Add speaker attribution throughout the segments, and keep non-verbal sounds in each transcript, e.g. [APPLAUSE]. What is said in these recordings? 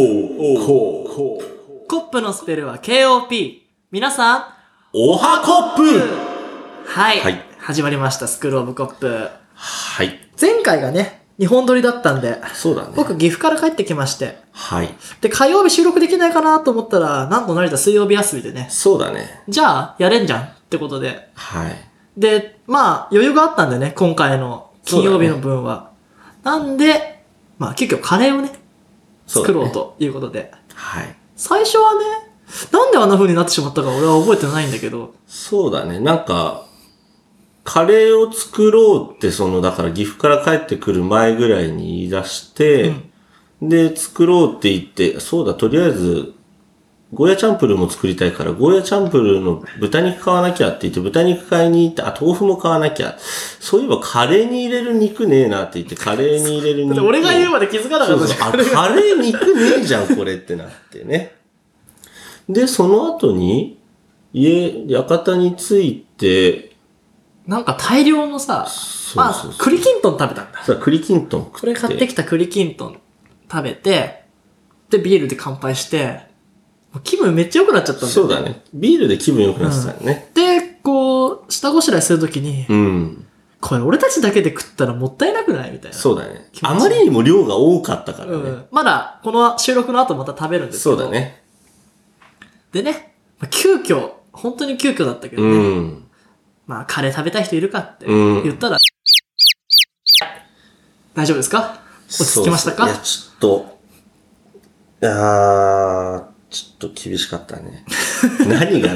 Speaker 1: こう
Speaker 2: コップのスペルは KOP。皆さん、
Speaker 1: おはコップ
Speaker 2: はい。
Speaker 1: はい
Speaker 2: 始まりました、スクールオブコップ。
Speaker 1: はい。
Speaker 2: 前回がね、日本撮りだったんで、
Speaker 1: そうだね。
Speaker 2: 僕岐阜から帰ってきまして、
Speaker 1: はい。
Speaker 2: で、火曜日収録できないかなと思ったら、なんと成田水曜日休みでね、
Speaker 1: そうだね。
Speaker 2: じゃあ、やれんじゃんってことで。
Speaker 1: はい。
Speaker 2: で、まあ、余裕があったんでね、今回の金曜日の分は。なんで、まあ、急遽カレーをね、
Speaker 1: そうだ
Speaker 2: 作
Speaker 1: ね
Speaker 2: ろう。ということで。
Speaker 1: はい。
Speaker 2: 最初はね、なんであんな風になってしまったか俺は覚えてないんだけど、
Speaker 1: そうだね。なんか、カレーを作ろうって、その、だから岐阜から帰ってくる前ぐらいに言い出して、で、作ろうって言って、そうだ、とりあえず、ゴーヤチャンプルーも作りたいから、ゴーヤチャンプルーの豚肉買わなきゃって言って、豚肉買いに行って、あ、豆腐も買わなきゃ。そういえばカレーに入れる肉ねえなって言って、カレーに入れる
Speaker 2: だっ
Speaker 1: 肉
Speaker 2: て
Speaker 1: を。
Speaker 2: 俺が言うまで気づかなか
Speaker 1: そ
Speaker 2: っ
Speaker 1: う
Speaker 2: た
Speaker 1: そ
Speaker 2: じ
Speaker 1: う
Speaker 2: ゃん。
Speaker 1: あ、カレー肉ねえじゃん、これってなってね。で、その後に、家、館に着いて、
Speaker 2: なんか大量のさ、
Speaker 1: そう
Speaker 2: まあ
Speaker 1: そう、そ
Speaker 2: 栗きんとん食べたんだ。
Speaker 1: う。さ、栗きんとん食って。
Speaker 2: これ買ってきた栗きんとん食べて、で、ビールで乾杯して、もう気分めっちゃ良くなっちゃったんだ
Speaker 1: そ
Speaker 2: よ
Speaker 1: うだね。ビールで気分良くなってたよね。
Speaker 2: で、こう、下ごしらえするときに、
Speaker 1: うん。
Speaker 2: これ俺たちだけで食ったらもったいなくないみたいな。
Speaker 1: そうだね。
Speaker 2: 気持ちいい
Speaker 1: あまりにも量が多かったから
Speaker 2: う
Speaker 1: ね。
Speaker 2: ん。まだ、この収録の後また食べるんですけ
Speaker 1: そ
Speaker 2: ど。
Speaker 1: うだ。ね。
Speaker 2: でね、まあ急遽、本当に急遽だったけど
Speaker 1: う
Speaker 2: ね。
Speaker 1: ん。
Speaker 2: まあ、カレー食べたい人いるかって
Speaker 1: うん
Speaker 2: 言ったら、大丈夫ですか落ち着きましたか
Speaker 1: そうそういや、ちょっと、あー、ちょっと厳しかった
Speaker 2: [LAUGHS]
Speaker 1: ね。何が、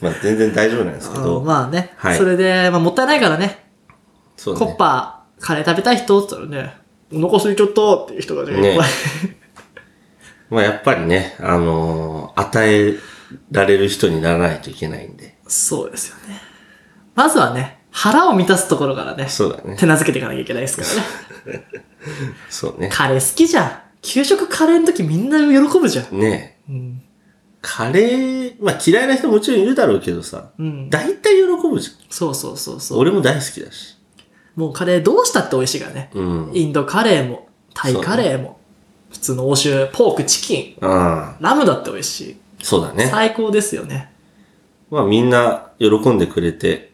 Speaker 1: まあ全然大丈夫なんですけ
Speaker 2: あ
Speaker 1: ど。
Speaker 2: のまあね、
Speaker 1: はい
Speaker 2: それで、まあ、もったいないからね、
Speaker 1: そうだ
Speaker 2: コ
Speaker 1: ね
Speaker 2: ッパー、カレー食べたい人って言ったらね、お腹空いちゃったっていう人がね、
Speaker 1: ね
Speaker 2: いっぱい
Speaker 1: まあやっぱりね、あのー与えられる人にならないといけないんで。
Speaker 2: そうですよね。まずはね、腹を満たすところからね、
Speaker 1: そうだね。
Speaker 2: 手なずけていかなきゃいけないですからね。
Speaker 1: そうね。
Speaker 2: カレー好きじゃん。給食カレーの時みんな喜ぶじゃん。
Speaker 1: ねえ
Speaker 2: うん。
Speaker 1: カレー、まあ嫌いな人もちろんいるだろうけどさ、
Speaker 2: うん。
Speaker 1: 大体喜ぶじゃん。
Speaker 2: そうそうそうそう。
Speaker 1: 俺も大好きだし。
Speaker 2: もうカレーどうしたって美味しいからね。
Speaker 1: うん。
Speaker 2: インドカレーも、タイカレーも、普通の欧州、ポーク、チキン、
Speaker 1: ああ、
Speaker 2: ラムだって美味し
Speaker 1: そうだ
Speaker 2: い。
Speaker 1: ね。
Speaker 2: 最高ですよね。
Speaker 1: まあみんな喜んでくれて、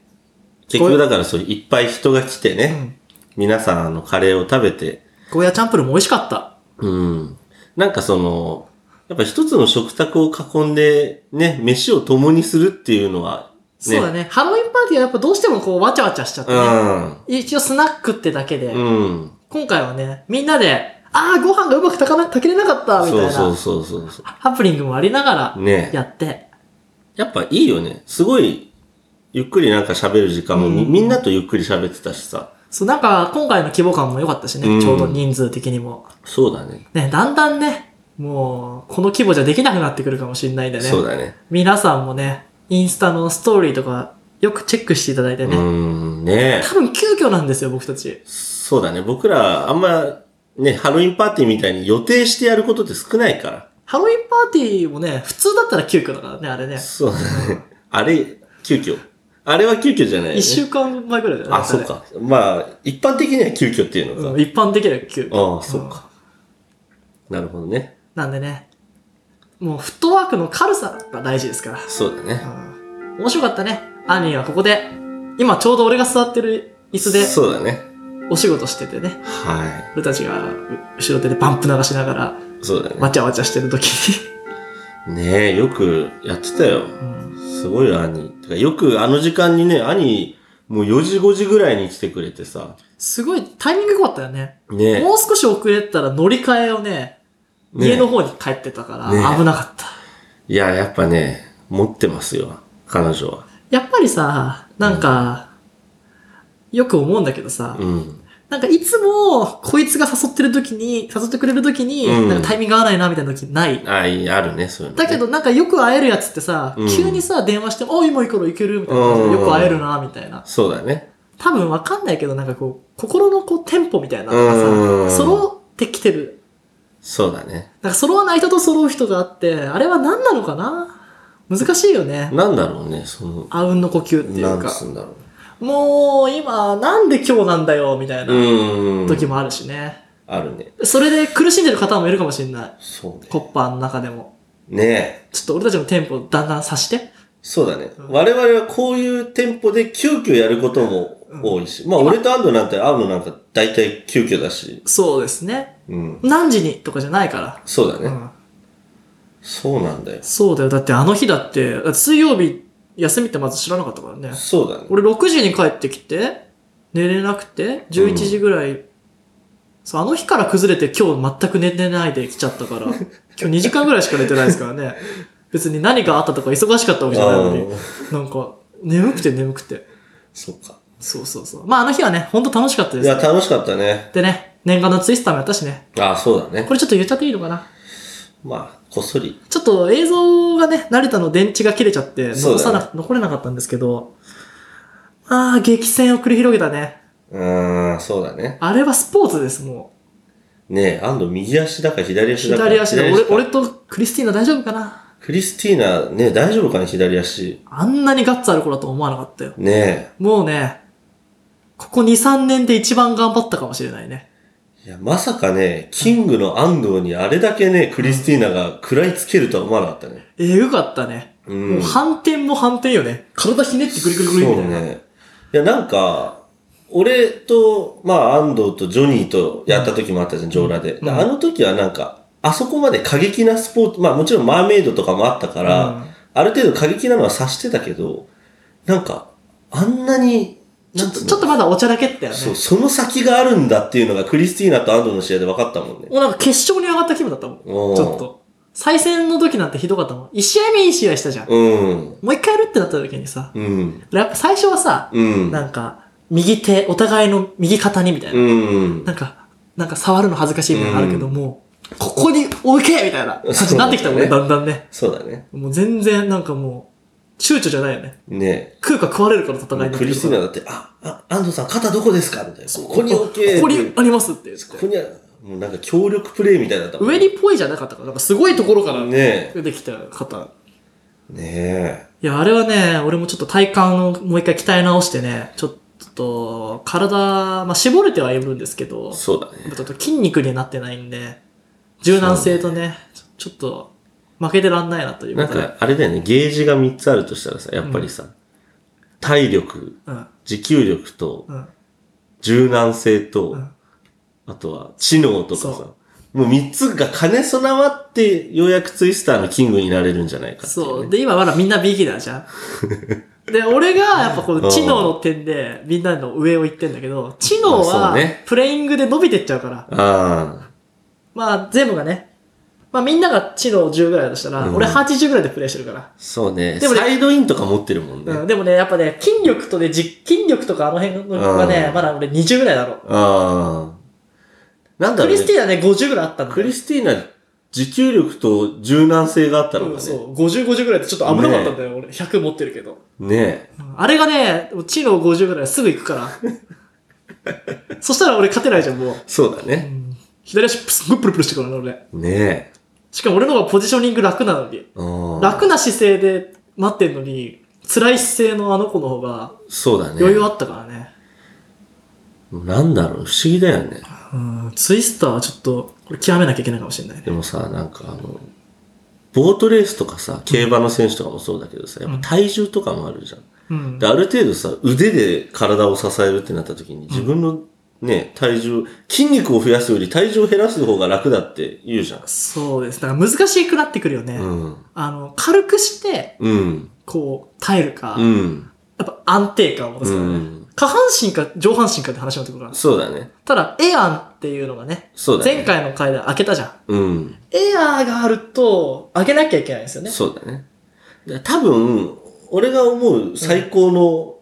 Speaker 1: 結局だからそういっぱい人が来て
Speaker 2: う
Speaker 1: ね、
Speaker 2: ん。
Speaker 1: 皆さんあのカレーを食べて、
Speaker 2: ゴーヤチャンプルーも美味しかった。
Speaker 1: うん。なんかその、やっぱ一つの食卓を囲んで、ね、飯を共にするっていうのは、
Speaker 2: そうだね。ハロウィンパーティーはやっぱどうしてもこう、わちゃわちゃしちゃってね。
Speaker 1: う
Speaker 2: 一応スナックってだけで、
Speaker 1: ん。うん。
Speaker 2: 今回はね、みんなで、ああ、ご飯がうまく炊かな炊けれなかった、みたい
Speaker 1: そう
Speaker 2: な
Speaker 1: そうそうそうそ
Speaker 2: ハプニングもありなが
Speaker 1: う。
Speaker 2: ら、
Speaker 1: ね
Speaker 2: やって。
Speaker 1: やっぱいいよね。すごい、ゆっくりなんか喋る時間もみ、
Speaker 2: うん
Speaker 1: みんなとゆっくり喋ってたしさ。
Speaker 2: そう、なんか、今回の規模感も良かったしね、
Speaker 1: うん
Speaker 2: ちょうど人数的にも。
Speaker 1: そうだね。
Speaker 2: ね、だんだんね、もう、この規模じゃできなくなってくるかもしれないんでね。
Speaker 1: そうだね。
Speaker 2: 皆さんもね、インスタのストーリーとか、よくチェックしていただいて
Speaker 1: う
Speaker 2: ね。
Speaker 1: ん、ね
Speaker 2: 多分急遽なんですよ、僕たち。
Speaker 1: そうだね。僕ら、あんま、ね、ハロウィンパーティーみたいに予定してやることって少ないから。
Speaker 2: ハロウィンパーティーもね、普通だったら急遽だからね、あれね。
Speaker 1: そうだね。あれ、急遽。あれは急遽じゃないよ
Speaker 2: 一、
Speaker 1: ね。
Speaker 2: 週間前ぐらいだよね。
Speaker 1: あ、そうか。まあ、一般的には急遽っていう
Speaker 2: あれ。
Speaker 1: のか。
Speaker 2: うん一般的には急遽。
Speaker 1: ああ、そうか。なるほどね。
Speaker 2: なんでね、もうフットワークの軽さが大事ですから。
Speaker 1: そうだね。
Speaker 2: うん面白かったね。アニーはここで、今ちょうど俺が座ってる椅子で
Speaker 1: そうだね。
Speaker 2: お仕事しててね。
Speaker 1: は
Speaker 2: 俺たちがう後ろ手でバンプ流しながら、
Speaker 1: い。そうだね。
Speaker 2: わちゃわちゃしてる時
Speaker 1: ねえ、よくやってたよ。
Speaker 2: に。うん
Speaker 1: すごいよ、兄。てかよくあの時間にね、兄、もう4時5時ぐらいに来てくれてさ。
Speaker 2: すごいタイミング良かったよね。
Speaker 1: ね
Speaker 2: もう少し遅れたら乗り換えをね、
Speaker 1: ね
Speaker 2: 家の方に帰ってたから、
Speaker 1: ね
Speaker 2: 危なかった。
Speaker 1: いや、やっぱね、持ってますよ、彼女は。
Speaker 2: やっぱりさ、なんか、よく思うんだけどさ、
Speaker 1: うん。
Speaker 2: なんかいつも、こいつが誘ってる時に、誘ってくれる時に、
Speaker 1: うん
Speaker 2: なんかタイミング合わないな、みたいな時ない。
Speaker 1: あ、いいあるね、そういうの、
Speaker 2: だけ、どなんかよく会えるやつってさ、
Speaker 1: うん
Speaker 2: 急にさ、電話しても、あ、今行くから行けるみたいな感じで、
Speaker 1: うん
Speaker 2: よく会えるな、みたいな。
Speaker 1: そうだね。
Speaker 2: 多分わかんないけど、なんかこう、心のこう、テンポみたいなの
Speaker 1: うん
Speaker 2: がさ、揃ってきてる。
Speaker 1: そうだね。
Speaker 2: なんか揃わない人と揃う人があって、あれは何なのかな難しいよね。
Speaker 1: なんだろうね、その、
Speaker 2: あうんの呼吸ってい
Speaker 1: な
Speaker 2: うんか、
Speaker 1: つうんだろう。
Speaker 2: もう今なんで今日なんだよみたいな
Speaker 1: うん。
Speaker 2: 時もあるしね。
Speaker 1: あるね。
Speaker 2: それで苦しんでる方もいるかもしれない。
Speaker 1: そうね。
Speaker 2: コッパーの中でも。
Speaker 1: ねえ。
Speaker 2: ちょっと俺たちのテンポをだんだんさして。
Speaker 1: そうだね。我々はこういうテンポで急遽やることも多いし。まあ、俺と安藤なんて会うのなんか大体急遽だし。
Speaker 2: そうですね。
Speaker 1: うん。
Speaker 2: 何時にとかじゃないから。
Speaker 1: そうだね。
Speaker 2: うん
Speaker 1: そうなんだよ。
Speaker 2: そうだよ。だってあの日だって、だって水曜日休みってまず知らなかったからね。
Speaker 1: そうだね。
Speaker 2: 俺6時に帰ってきて、寝れなくて、11時ぐらい、そう、あの日から崩れて今日全く寝てないで来ちゃった
Speaker 1: [LAUGHS]
Speaker 2: から、今日2時間ぐらいしか寝てないですからね。別に何かあったとか忙しかったわけじゃないのに
Speaker 1: あ、
Speaker 2: なんか、眠くて眠くて。
Speaker 1: そうか。
Speaker 2: そうそうそう。まああの日はね、ほんと楽しかった
Speaker 1: い
Speaker 2: で
Speaker 1: や、
Speaker 2: す。
Speaker 1: 楽しかったね。
Speaker 2: でね、念願のツイスターもやったしね。
Speaker 1: ああ、そうだね
Speaker 2: こ。れちょっと言っちゃっていいのかな
Speaker 1: まあ、こっそり。
Speaker 2: ちょっと映像がね、慣れたの電池が切れちゃって、残さな、
Speaker 1: そうだ
Speaker 2: 残れなかったんですけど、ああ、激戦を繰り広げたね。
Speaker 1: うーん、そうだね。
Speaker 2: あれはスポーツです、も
Speaker 1: ねえ、安藤右足だか左
Speaker 2: う。
Speaker 1: 足だか。
Speaker 2: 左足で、俺、
Speaker 1: か
Speaker 2: 俺とクリスティーナ大丈夫かな
Speaker 1: クリスティーナ、ねえ、大丈夫かね、左足。
Speaker 2: あんなにガッツある子だと思わなかったよ。
Speaker 1: ね
Speaker 2: もうね、ここ2、3年で一番頑張ったかもしれないね。
Speaker 1: え。いや、まさかね、キングの安藤にあれだけね、クリスティーナが食らいつけるとは思わなかったね。
Speaker 2: えぐかったね。
Speaker 1: うん。
Speaker 2: もう反転も反転よね。体ひねってくりくりくりみたいな。
Speaker 1: そうね。いや、なんか、俺と、まあ、安藤とジョニーとやった時もあったじゃん、上裸で。
Speaker 2: うん
Speaker 1: あの時はなんか、あそこまで過激なスポーツ、まあもちろんマーメイドとかもあったから、
Speaker 2: うん
Speaker 1: ある程度過激なのは察してたけど、なんか、あんなに、
Speaker 2: ち
Speaker 1: な
Speaker 2: ょ
Speaker 1: ん
Speaker 2: っ
Speaker 1: つう
Speaker 2: と、
Speaker 1: の
Speaker 2: ちょっとまだおちゃらけったよね。
Speaker 1: そう、その先があるんだっていうのがクリスティーナと安藤の試合で分かったもんね。
Speaker 2: もうなんか決勝に上がった気分だったもん。ち
Speaker 1: おー
Speaker 2: ょっと。再戦の時なんてひどかったもん。一試合目いい試合したじゃん。
Speaker 1: うん。
Speaker 2: もう一回やるってなった時にさ、
Speaker 1: うん。
Speaker 2: やっぱ最初はさ、
Speaker 1: うん。
Speaker 2: なんか、右手、お互いの右肩にみたいな。
Speaker 1: うん。
Speaker 2: なんか、なんか触るの恥ずかしいみたいなのあるけど、
Speaker 1: う
Speaker 2: もう、ここに置けみたいな感じになってきたもんね、
Speaker 1: そう
Speaker 2: だんだんね。
Speaker 1: そうだね。
Speaker 2: もう全然なんかもう、躊躇じゃないよね。
Speaker 1: ね
Speaker 2: 食うか食われるから戦いになって
Speaker 1: ク
Speaker 2: る
Speaker 1: リスティーナだって、あ、あ、安藤さん肩どこですかみたいな。ここに置け。
Speaker 2: ここにありますって。
Speaker 1: ここには、もうなんか協力プレイみたいだったもん
Speaker 2: 上にぽいじゃなかったから、なんかすごいところから
Speaker 1: ね
Speaker 2: 出てきた方。
Speaker 1: え。ね
Speaker 2: いや、あれはね、俺もちょっと体幹をもう一回鍛え直してね、ちょっと、体、まあ、絞れてはいるんですけど
Speaker 1: え。、そうだね。
Speaker 2: ちょっと筋肉にはなってないんで、柔軟性とね、ちょちょっと、負けてらんないなという
Speaker 1: な
Speaker 2: こ
Speaker 1: ん
Speaker 2: とで。
Speaker 1: か、あれだよね、ゲージが3つあるとしたらさ、やっぱりさ、体力、
Speaker 2: うん、
Speaker 1: 持久力と
Speaker 2: う、ん。
Speaker 1: 柔軟性と、
Speaker 2: うん
Speaker 1: あとは、知能とかさ
Speaker 2: そ、
Speaker 1: もう3つが兼ね備わって、ようやくツイスターのキングになれるんじゃないかってい
Speaker 2: そう。
Speaker 1: ね。
Speaker 2: で、今まだみんなビギナーじ
Speaker 1: [LAUGHS]
Speaker 2: ゃん。で、俺がやっぱこの知能の点でみんなの上を行ってんだけど、知能
Speaker 1: あそう
Speaker 2: は
Speaker 1: ね
Speaker 2: プレイングで伸びてっちゃうから、
Speaker 1: ああ、
Speaker 2: まあ全部がね、まあみんなが知能10ぐらいだとしたら、
Speaker 1: うん
Speaker 2: 俺80ぐらいでプレイしてるから。
Speaker 1: そうね。
Speaker 2: でもね
Speaker 1: サイドインとか持ってるもんね。
Speaker 2: う
Speaker 1: あ
Speaker 2: ん、でもね、やっぱね、筋力とね、じ筋力とかあの辺のがね
Speaker 1: う、ん
Speaker 2: まだ俺20ぐらいだろう。
Speaker 1: あ。なんだ
Speaker 2: ク
Speaker 1: ろう
Speaker 2: リ
Speaker 1: ね
Speaker 2: ステ。ィーナね、50ぐらいあったんだよ
Speaker 1: クリスティーナ、持久力と柔軟性があったの
Speaker 2: うん
Speaker 1: か
Speaker 2: そ
Speaker 1: ね。
Speaker 2: う、50、50ぐらいってちょっと危なかったんだよ、俺。100持ってるけど。
Speaker 1: ね
Speaker 2: うんあれがね、知能50ぐらいすぐ行く
Speaker 1: [LAUGHS]
Speaker 2: から。そしたら俺勝てないじゃん、もう。
Speaker 1: え。そうだ
Speaker 2: う
Speaker 1: ね。
Speaker 2: ん左足すっごいプルプルしてくるの、俺。
Speaker 1: ねえ。
Speaker 2: しかも俺の方がポジショニング楽なのに。
Speaker 1: うん
Speaker 2: 楽な姿勢で待ってんのに、辛い姿勢のあの子の方が
Speaker 1: そうだね。
Speaker 2: 余裕あったからね。
Speaker 1: なんだろう、不思議だよね。
Speaker 2: うん、ツイスターはちょっと、これ極めなきゃいけないかもしれないね。
Speaker 1: でもさ、なんかあの、ボートレースとかさ、競馬の選手とかもそうだけどさ、やっぱ体重とかもあるじゃん。
Speaker 2: うん。
Speaker 1: で、ある程度さ、腕で体を支えるってなった時に、自分のね、体重、筋肉を増やすより体重を減らす方が楽だって言うじゃん。
Speaker 2: そうです。だから難しくなってくるよね。
Speaker 1: うん。
Speaker 2: あの、軽くして、
Speaker 1: うん。
Speaker 2: こう、耐えるか、
Speaker 1: う
Speaker 2: やっ
Speaker 1: ん。
Speaker 2: ぱ安定感を出すからね。
Speaker 1: うん
Speaker 2: 下半身か上半身かって話になってくるから。
Speaker 1: そうだね。
Speaker 2: ただ、エアンっていうのがね、
Speaker 1: そうだね。
Speaker 2: 前。回の回で開けたじゃん。
Speaker 1: うん。
Speaker 2: エアーがあると、上げなきゃいけないんですよね。
Speaker 1: そうだね。で多分、俺が思う最高の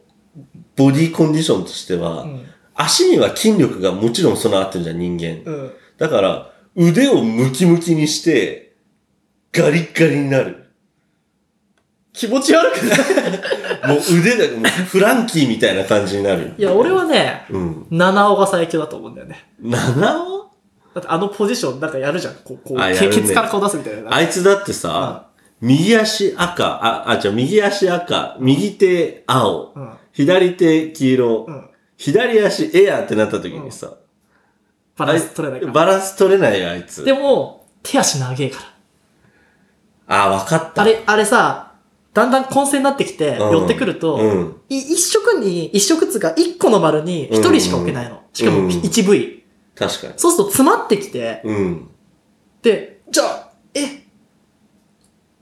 Speaker 1: ボディコンディションとしては、
Speaker 2: うん。
Speaker 1: 足には筋力がもちろん備わってるじゃん、人間。
Speaker 2: うん。
Speaker 1: だから、腕をムキムキにして、ガリッガリになる。
Speaker 2: 気持ち悪く
Speaker 1: [LAUGHS]
Speaker 2: な
Speaker 1: も
Speaker 2: い
Speaker 1: う腕だけ、もうフランキーみたいな感じになる。
Speaker 2: いや、俺。はね、
Speaker 1: うん。
Speaker 2: 七尾が最強だと思うんだよね。
Speaker 1: 七尾
Speaker 2: だってあのポジションなんかやるじゃん。こう、こう、
Speaker 1: あや
Speaker 2: ケ
Speaker 1: るね
Speaker 2: ツから顔出すみたいな。
Speaker 1: あいつだってさ、右足赤、あ、あ、じゃ右足赤、右手青、
Speaker 2: うん。
Speaker 1: 左手黄色、
Speaker 2: うん。
Speaker 1: 左足エアーってなった時にさ、
Speaker 2: バランス取れないから。
Speaker 1: バランス取れないよ、あいつ。
Speaker 2: でも、手足長えから。
Speaker 1: あ、わかった。
Speaker 2: あれ、あれさ、だんだん混戦になってきて、
Speaker 1: うん
Speaker 2: 寄ってくると、
Speaker 1: うん。
Speaker 2: い一色に、一色っつうか、一個の丸に一人しか置けないの。しか
Speaker 1: うん
Speaker 2: も、一 V。
Speaker 1: 確かに。
Speaker 2: そうすると詰まってきて、
Speaker 1: うん。
Speaker 2: で、じゃあ、え、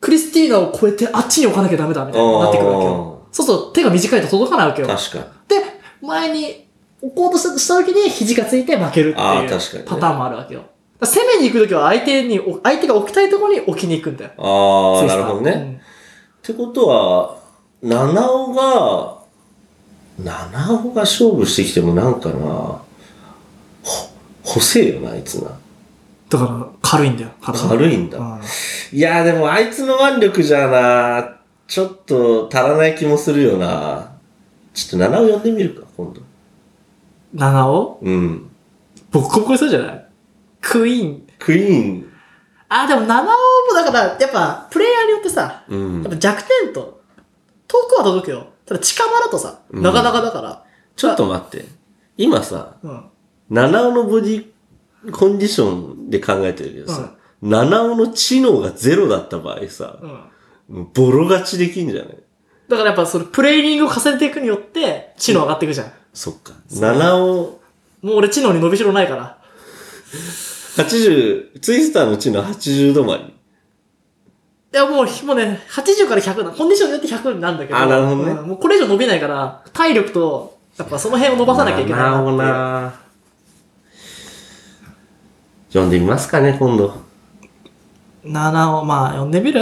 Speaker 2: クリスティーナを超えてあっちに置かなきゃダメだ、みたいになってくるわけよ。そうすると手が短いと届かないわけ
Speaker 1: あ
Speaker 2: よ
Speaker 1: ー。確かに。
Speaker 2: で、前に置こうとしたした時に肘がついて負けるって
Speaker 1: ああー、
Speaker 2: いう
Speaker 1: 確かに、ね。
Speaker 2: パターンもあるわけよ。だから攻めに行く時は相手に、お相手が置きたいところに置きに行くんだよ。
Speaker 1: ああ、
Speaker 2: ツイス
Speaker 1: な
Speaker 2: ター
Speaker 1: るほどね。っ。てことは、七尾が、七尾が勝負してきてもなんかな、ほ、細えよな、あいつな。
Speaker 2: うんだから、軽いんだよ、体が
Speaker 1: 軽いんだ。いやーでもあいつの腕力じゃな、ちょっと足らない気もするよな。ちょっと七尾呼んでみるか、今度。
Speaker 2: うん。7を
Speaker 1: うん。
Speaker 2: ボッコボコにするじゃないクイーン。
Speaker 1: クイーン。
Speaker 2: あ、でも7をもだから、やっぱ、プレイヤーによってさ、
Speaker 1: う
Speaker 2: やっぱ
Speaker 1: ん。
Speaker 2: 弱点と、遠くは届くよ。ただ近場だとさ、
Speaker 1: うん
Speaker 2: なかなかだから。
Speaker 1: ちょっと待って。今さ、
Speaker 2: うん。
Speaker 1: 七尾のボディコンディションで考えてるけどさ、七尾の知能がゼロだった場合さ、
Speaker 2: うん。
Speaker 1: もうボロ勝ちできんじゃない
Speaker 2: だからやっぱそのプレイリングを重ねていくによって、知能上がっていくじゃん。
Speaker 1: そっか。
Speaker 2: そう
Speaker 1: 七尾、
Speaker 2: もう俺知能に伸びしろないから。
Speaker 1: 80、ツイスターの知能80止まり。
Speaker 2: いやもうひ、もうね、80から100な、コンディションによって100になるんだけど。
Speaker 1: あなるほどね
Speaker 2: うんもうこれ以上伸びないから、体力と、やっぱその辺を伸ばさなきゃいけない
Speaker 1: な
Speaker 2: なっていう
Speaker 1: おな読んでみますかね、今度。
Speaker 2: 7を、まあ、呼んでみる、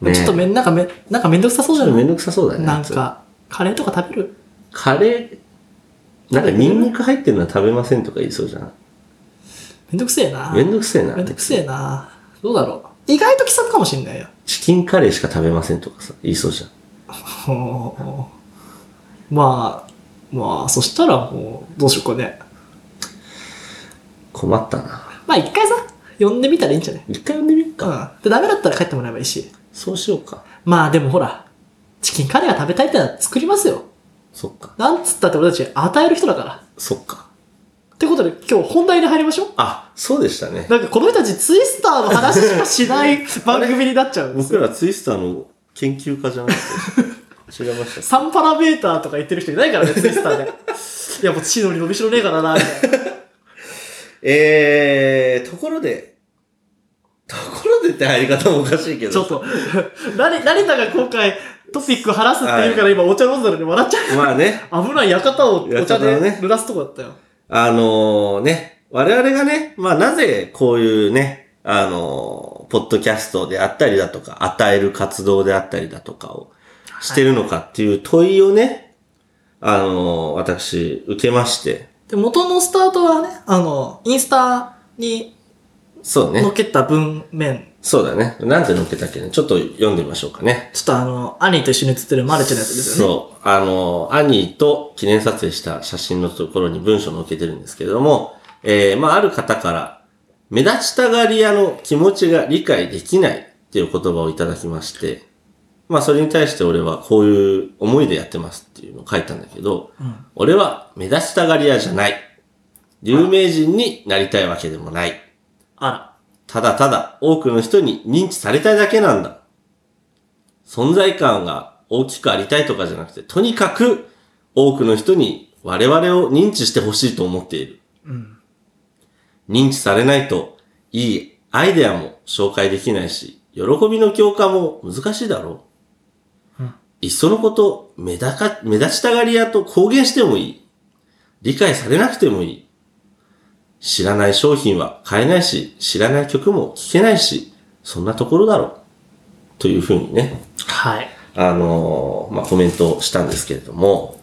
Speaker 1: ね
Speaker 2: ちょっとめん、なんかめ、なんかめんどくさそう
Speaker 1: ちょ
Speaker 2: じゃ
Speaker 1: っと
Speaker 2: な
Speaker 1: めん
Speaker 2: い
Speaker 1: どくさそうだね。
Speaker 2: なん。か、カレーとか食べる
Speaker 1: カレー、なんかニンニク入ってるのは食べませんとか言いそうじゃん。
Speaker 2: めんどくせえな。
Speaker 1: めんどくせえな。
Speaker 2: めんどくせえな。どうだろう。意外と気さくかもしんないよ。
Speaker 1: チキンカレーしか食べませんとかさ、言いそうじゃん。
Speaker 2: ほうまあ、まあ、そしたらもう、どうしようかね。
Speaker 1: 困ったな。
Speaker 2: まあ一回さ、呼んでみたらいいんじゃない
Speaker 1: 一回読んでみるか。
Speaker 2: うん。で、ダメだったら帰ってもらえばいいし。
Speaker 1: そうしようか。
Speaker 2: まあでもほら、チキンカレーが食べたいってのは作りますよ。
Speaker 1: そっか。
Speaker 2: なんつったって俺たち与える人だから。
Speaker 1: そっか。
Speaker 2: ってことで今日本題に入りましょう。
Speaker 1: あ、そうでしたね。
Speaker 2: なんかこの人たちツイスターの話しかしない番組になっちゃうんです
Speaker 1: 僕
Speaker 2: よ。
Speaker 1: らツイスターの研究家じゃなくて。違いました。
Speaker 2: 3パラメーターとか言ってる人いないからね、ツイスターで。いや、もう知能に伸びしろねえからな、みたいな。
Speaker 1: えー、ところで、ところでって入り方もおかしいけど。
Speaker 2: ちょっと、 [LAUGHS] 誰、誰だが今回トピック話すって言うから今お茶飲んだのに笑っちゃ
Speaker 1: まあね、
Speaker 2: う。危ない館をお茶
Speaker 1: 館をね
Speaker 2: で濡らすとこだったよ。
Speaker 1: あのね、我々がね、まあなぜこういうね、あのーポッドキャストであったりだとか、与える活動であったりだとかをしてるのかっていう問いをね、あのー私、受けまして、
Speaker 2: で、元のスタートはね、あの、インスタに
Speaker 1: そう
Speaker 2: 載
Speaker 1: ね
Speaker 2: っ、けた文面
Speaker 1: そうだね、なんて載っけたっけね、ちょっと読んでみましょうかね。
Speaker 2: ちょっとあの、兄と一緒に写ってるマルチのやつですよね。
Speaker 1: そう。あの、兄と記念撮影した写真のところに文章を載っけてるんですけれども、えー、まあ、ある方から、目立ちたがり屋の気持ちが理解できないっていう言葉をいただきまして、まあ、それに対して俺はこういう思いでやってますっていうのを書いたんだけど、
Speaker 2: うん
Speaker 1: 俺は目立ちたがり屋じゃない。有名人になりたいわけでもない。
Speaker 2: あ
Speaker 1: ただただ多くの人に認知されたいだけなんだ。存在感が大きくありたいとかじゃなくて、とにかく多くの人に我々を認知してほしいと思っている。
Speaker 2: ら。うん。
Speaker 1: 認知されないといいアイデアも紹介できないし、喜びの強化も難しいだろう。
Speaker 2: うん
Speaker 1: いっそのこと、目立か、目立ちたがり屋と公言してもいい。理解されなくてもいい。知らない商品は買えないし、知らない曲も聴けないし、そんなところだろう。というふうにね、
Speaker 2: はい。
Speaker 1: あのーまあ、コメントをしたんですけれども、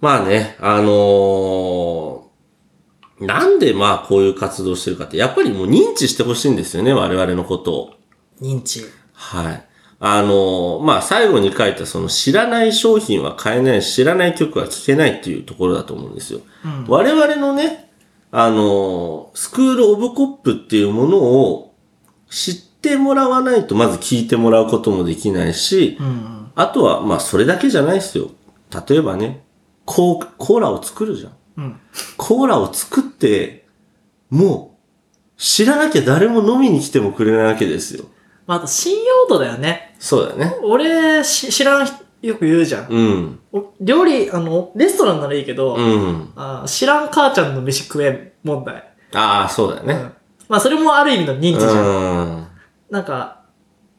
Speaker 1: まあね、あのーなんでまあこういう活動してるかって、やっぱりもう認知してほしいんですよね、我々のことを。
Speaker 2: 認知。
Speaker 1: はい。あのーまあ最後に書いたその知らない商品は買えない、知らない曲は聴けないっていうところだと思うんですよ。
Speaker 2: うん。
Speaker 1: 我々のね、あのースクールオブコップっていうものを知ってもらわないとまず聞いてもらうこともできないし、
Speaker 2: うん。
Speaker 1: あとは、まあ、それだけじゃないですよ。例えばね、コーコーラを作るじゃん。
Speaker 2: うん。
Speaker 1: コーラを作っって、もう、知らなきゃ誰も飲みに来てもくれないわけですよ。
Speaker 2: まあ、あと信用度だよね。
Speaker 1: そうだね。
Speaker 2: 俺、し知らん人、よく言うじゃん。
Speaker 1: うん。
Speaker 2: お料理、あの、レストランならいいけど、
Speaker 1: うん。
Speaker 2: あー知らん母ちゃんの飯食えん問題。
Speaker 1: ああ、そうだ
Speaker 2: う
Speaker 1: ね。
Speaker 2: んまあ、それもある意味の認
Speaker 1: う
Speaker 2: 知じゃん。
Speaker 1: ん。
Speaker 2: なんか、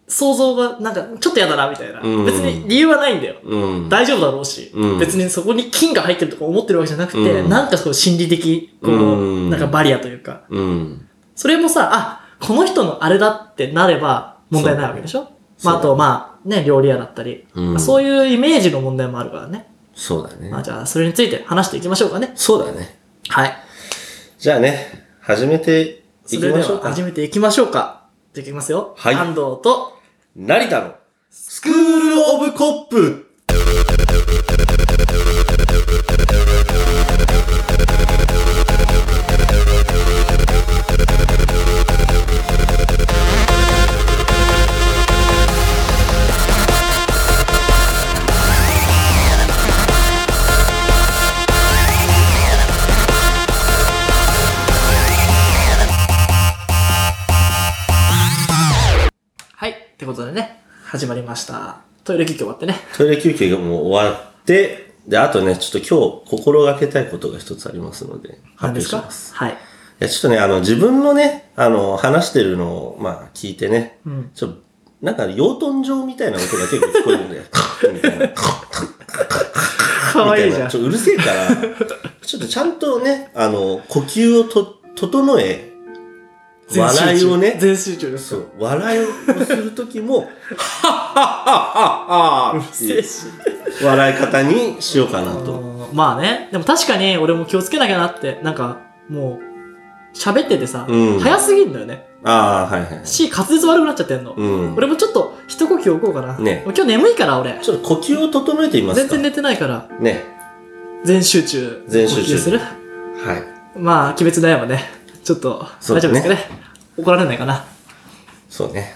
Speaker 2: 想像が、なんか、ちょっと嫌だな、みたいな。
Speaker 1: うん
Speaker 2: 別に理由はないんだよ。
Speaker 1: うん。
Speaker 2: 大丈夫だろうし、
Speaker 1: うん
Speaker 2: 別にそこに菌が入ってるとか思ってるわけじゃなくて、
Speaker 1: うん
Speaker 2: なんかそう心理的、こう、
Speaker 1: うん
Speaker 2: なんかバリアというか、
Speaker 1: うん。
Speaker 2: それもさ、あ、この人のあれだってなれば問題ないわけでしょ
Speaker 1: そう
Speaker 2: まあ、あと、まあ、ね、料理屋だったり、
Speaker 1: うん
Speaker 2: まあそういうイメージの問題もあるからね。
Speaker 1: そうだね
Speaker 2: まあ、。じゃあ、それについて話していきましょうかね。
Speaker 1: そうだね。
Speaker 2: はい。
Speaker 1: じゃあね、始めて
Speaker 2: そ
Speaker 1: いき
Speaker 2: れで
Speaker 1: ましょう
Speaker 2: は
Speaker 1: か。
Speaker 2: 始めていきましょうか。じゃあ、いきますよ。
Speaker 1: はい
Speaker 2: 安藤と、
Speaker 1: 成田のスクールオブコップ
Speaker 2: はい。ってことでね、始まりました。トイレ休憩終わってね。
Speaker 1: トイレ休憩がもう終わって、で、あとね、ちょっと今日心がけたいことが一つありますので、発表
Speaker 2: 何です
Speaker 1: し
Speaker 2: か
Speaker 1: ます。
Speaker 2: はい。
Speaker 1: いや、ちょっとね、あの、自分のね、あの、話してるのを、まあ、聞いてね、
Speaker 2: うん
Speaker 1: ちょっと、なんか、養豚場みたいな音が結構聞こえる
Speaker 2: [LAUGHS]
Speaker 1: んだよ。みたいな。
Speaker 2: かわいいじゃ
Speaker 1: みたなちょっ
Speaker 2: ん。
Speaker 1: とうるせえから、ちょっとちゃんとね、あの、呼吸をと、整え、笑いをね、
Speaker 2: 全集中です。
Speaker 1: そうう、笑いをするときも、はっ
Speaker 2: [LAUGHS]
Speaker 1: はっはっはっは
Speaker 2: る
Speaker 1: って
Speaker 2: せ
Speaker 1: い
Speaker 2: え
Speaker 1: う
Speaker 2: し。
Speaker 1: 笑い方にしようかな
Speaker 2: あ
Speaker 1: と。
Speaker 2: のーまあね、でも確かに俺も気をつけなきゃなって、なんか、もう、喋っててさ、
Speaker 1: うん
Speaker 2: 早すぎんだよね。
Speaker 1: ああ、はいはい。
Speaker 2: し、滑舌悪くなっちゃってんの。
Speaker 1: うん。
Speaker 2: 俺もちょっと、一呼吸置こうかな。
Speaker 1: ね
Speaker 2: もう今日眠いから、俺。
Speaker 1: ちょっと呼吸を整えてみます
Speaker 2: 全
Speaker 1: か。
Speaker 2: 然寝てないから、
Speaker 1: ね。
Speaker 2: 全集中。
Speaker 1: 全集中
Speaker 2: 呼吸する
Speaker 1: はい。
Speaker 2: まあ、鬼滅の刃ね。ちょっと、
Speaker 1: そう
Speaker 2: 大
Speaker 1: だ
Speaker 2: 丈夫
Speaker 1: ね
Speaker 2: ですかね。怒られないかな。
Speaker 1: そうね。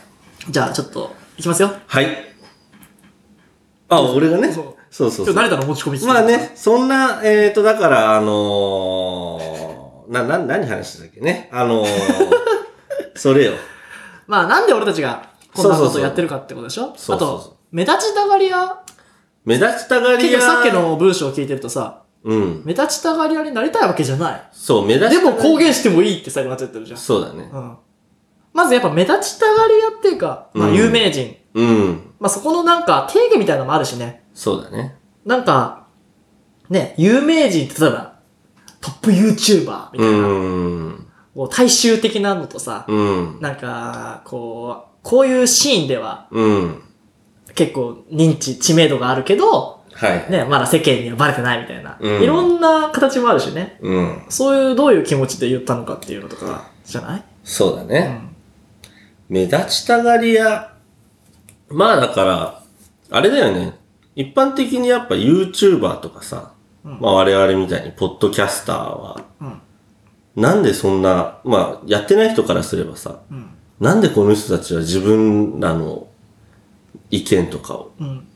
Speaker 2: じゃあ、ちょっと、いきますよ。
Speaker 1: はい。あ、俺がね。
Speaker 2: そう
Speaker 1: そうそうそう。
Speaker 2: 今日慣れたの持ち込み
Speaker 1: まあ。ね、そんな、えーと、だから、あのー、な、な、何話してたっけね。あ [LAUGHS] のー、それよ。
Speaker 2: まあなんで俺たちがこんな
Speaker 1: そうそ
Speaker 2: こ
Speaker 1: うそ
Speaker 2: と
Speaker 1: う
Speaker 2: やってるかってことでしょ
Speaker 1: そうそうそう
Speaker 2: あと、目立ちたがり屋
Speaker 1: 目立ちたがり
Speaker 2: 結
Speaker 1: 屋。
Speaker 2: 局さっき。の文章を聞いてるとさ、
Speaker 1: うん。
Speaker 2: 目立ちたがり屋になりたいわけじゃない。
Speaker 1: そう、目立ち
Speaker 2: で
Speaker 1: たが
Speaker 2: も
Speaker 1: り
Speaker 2: 公言してもいいって最後になっちゃってるじゃん。
Speaker 1: そうだね。
Speaker 2: うん。まずやっぱ目立ちたがり屋っていうか、まあ
Speaker 1: うん
Speaker 2: 有名人。
Speaker 1: うん。
Speaker 2: まあそこのなんか定義みたいなのもあるしね。
Speaker 1: そうだね。
Speaker 2: なんか、ね、有名人って例えば、トップ YouTuber みた
Speaker 1: う
Speaker 2: いな、
Speaker 1: ん。
Speaker 2: こう大衆的なのとさ、
Speaker 1: うん。
Speaker 2: なんか、こう、こういうシーンでは
Speaker 1: うん。
Speaker 2: 結構認知、知名度があるけど、
Speaker 1: はい。
Speaker 2: ね、まだ世間にはバレてないみたいな。
Speaker 1: うん
Speaker 2: いろんな形もあるしね。
Speaker 1: うん。
Speaker 2: そういう、どういう気持ちで言ったのかっていうのとか、じゃない
Speaker 1: そうだ
Speaker 2: う
Speaker 1: ね。
Speaker 2: ん。
Speaker 1: 目立ちたがり屋。まあだから、あれだよね。一般的にやっぱ YouTuber とかさ、
Speaker 2: うん
Speaker 1: まあ我々みたいにポッドキャスターは、
Speaker 2: うん。
Speaker 1: なんでそんな、まあやってない人からすればさ、
Speaker 2: うん。
Speaker 1: なんでこの人たちは自分らの意見とかを
Speaker 2: うん。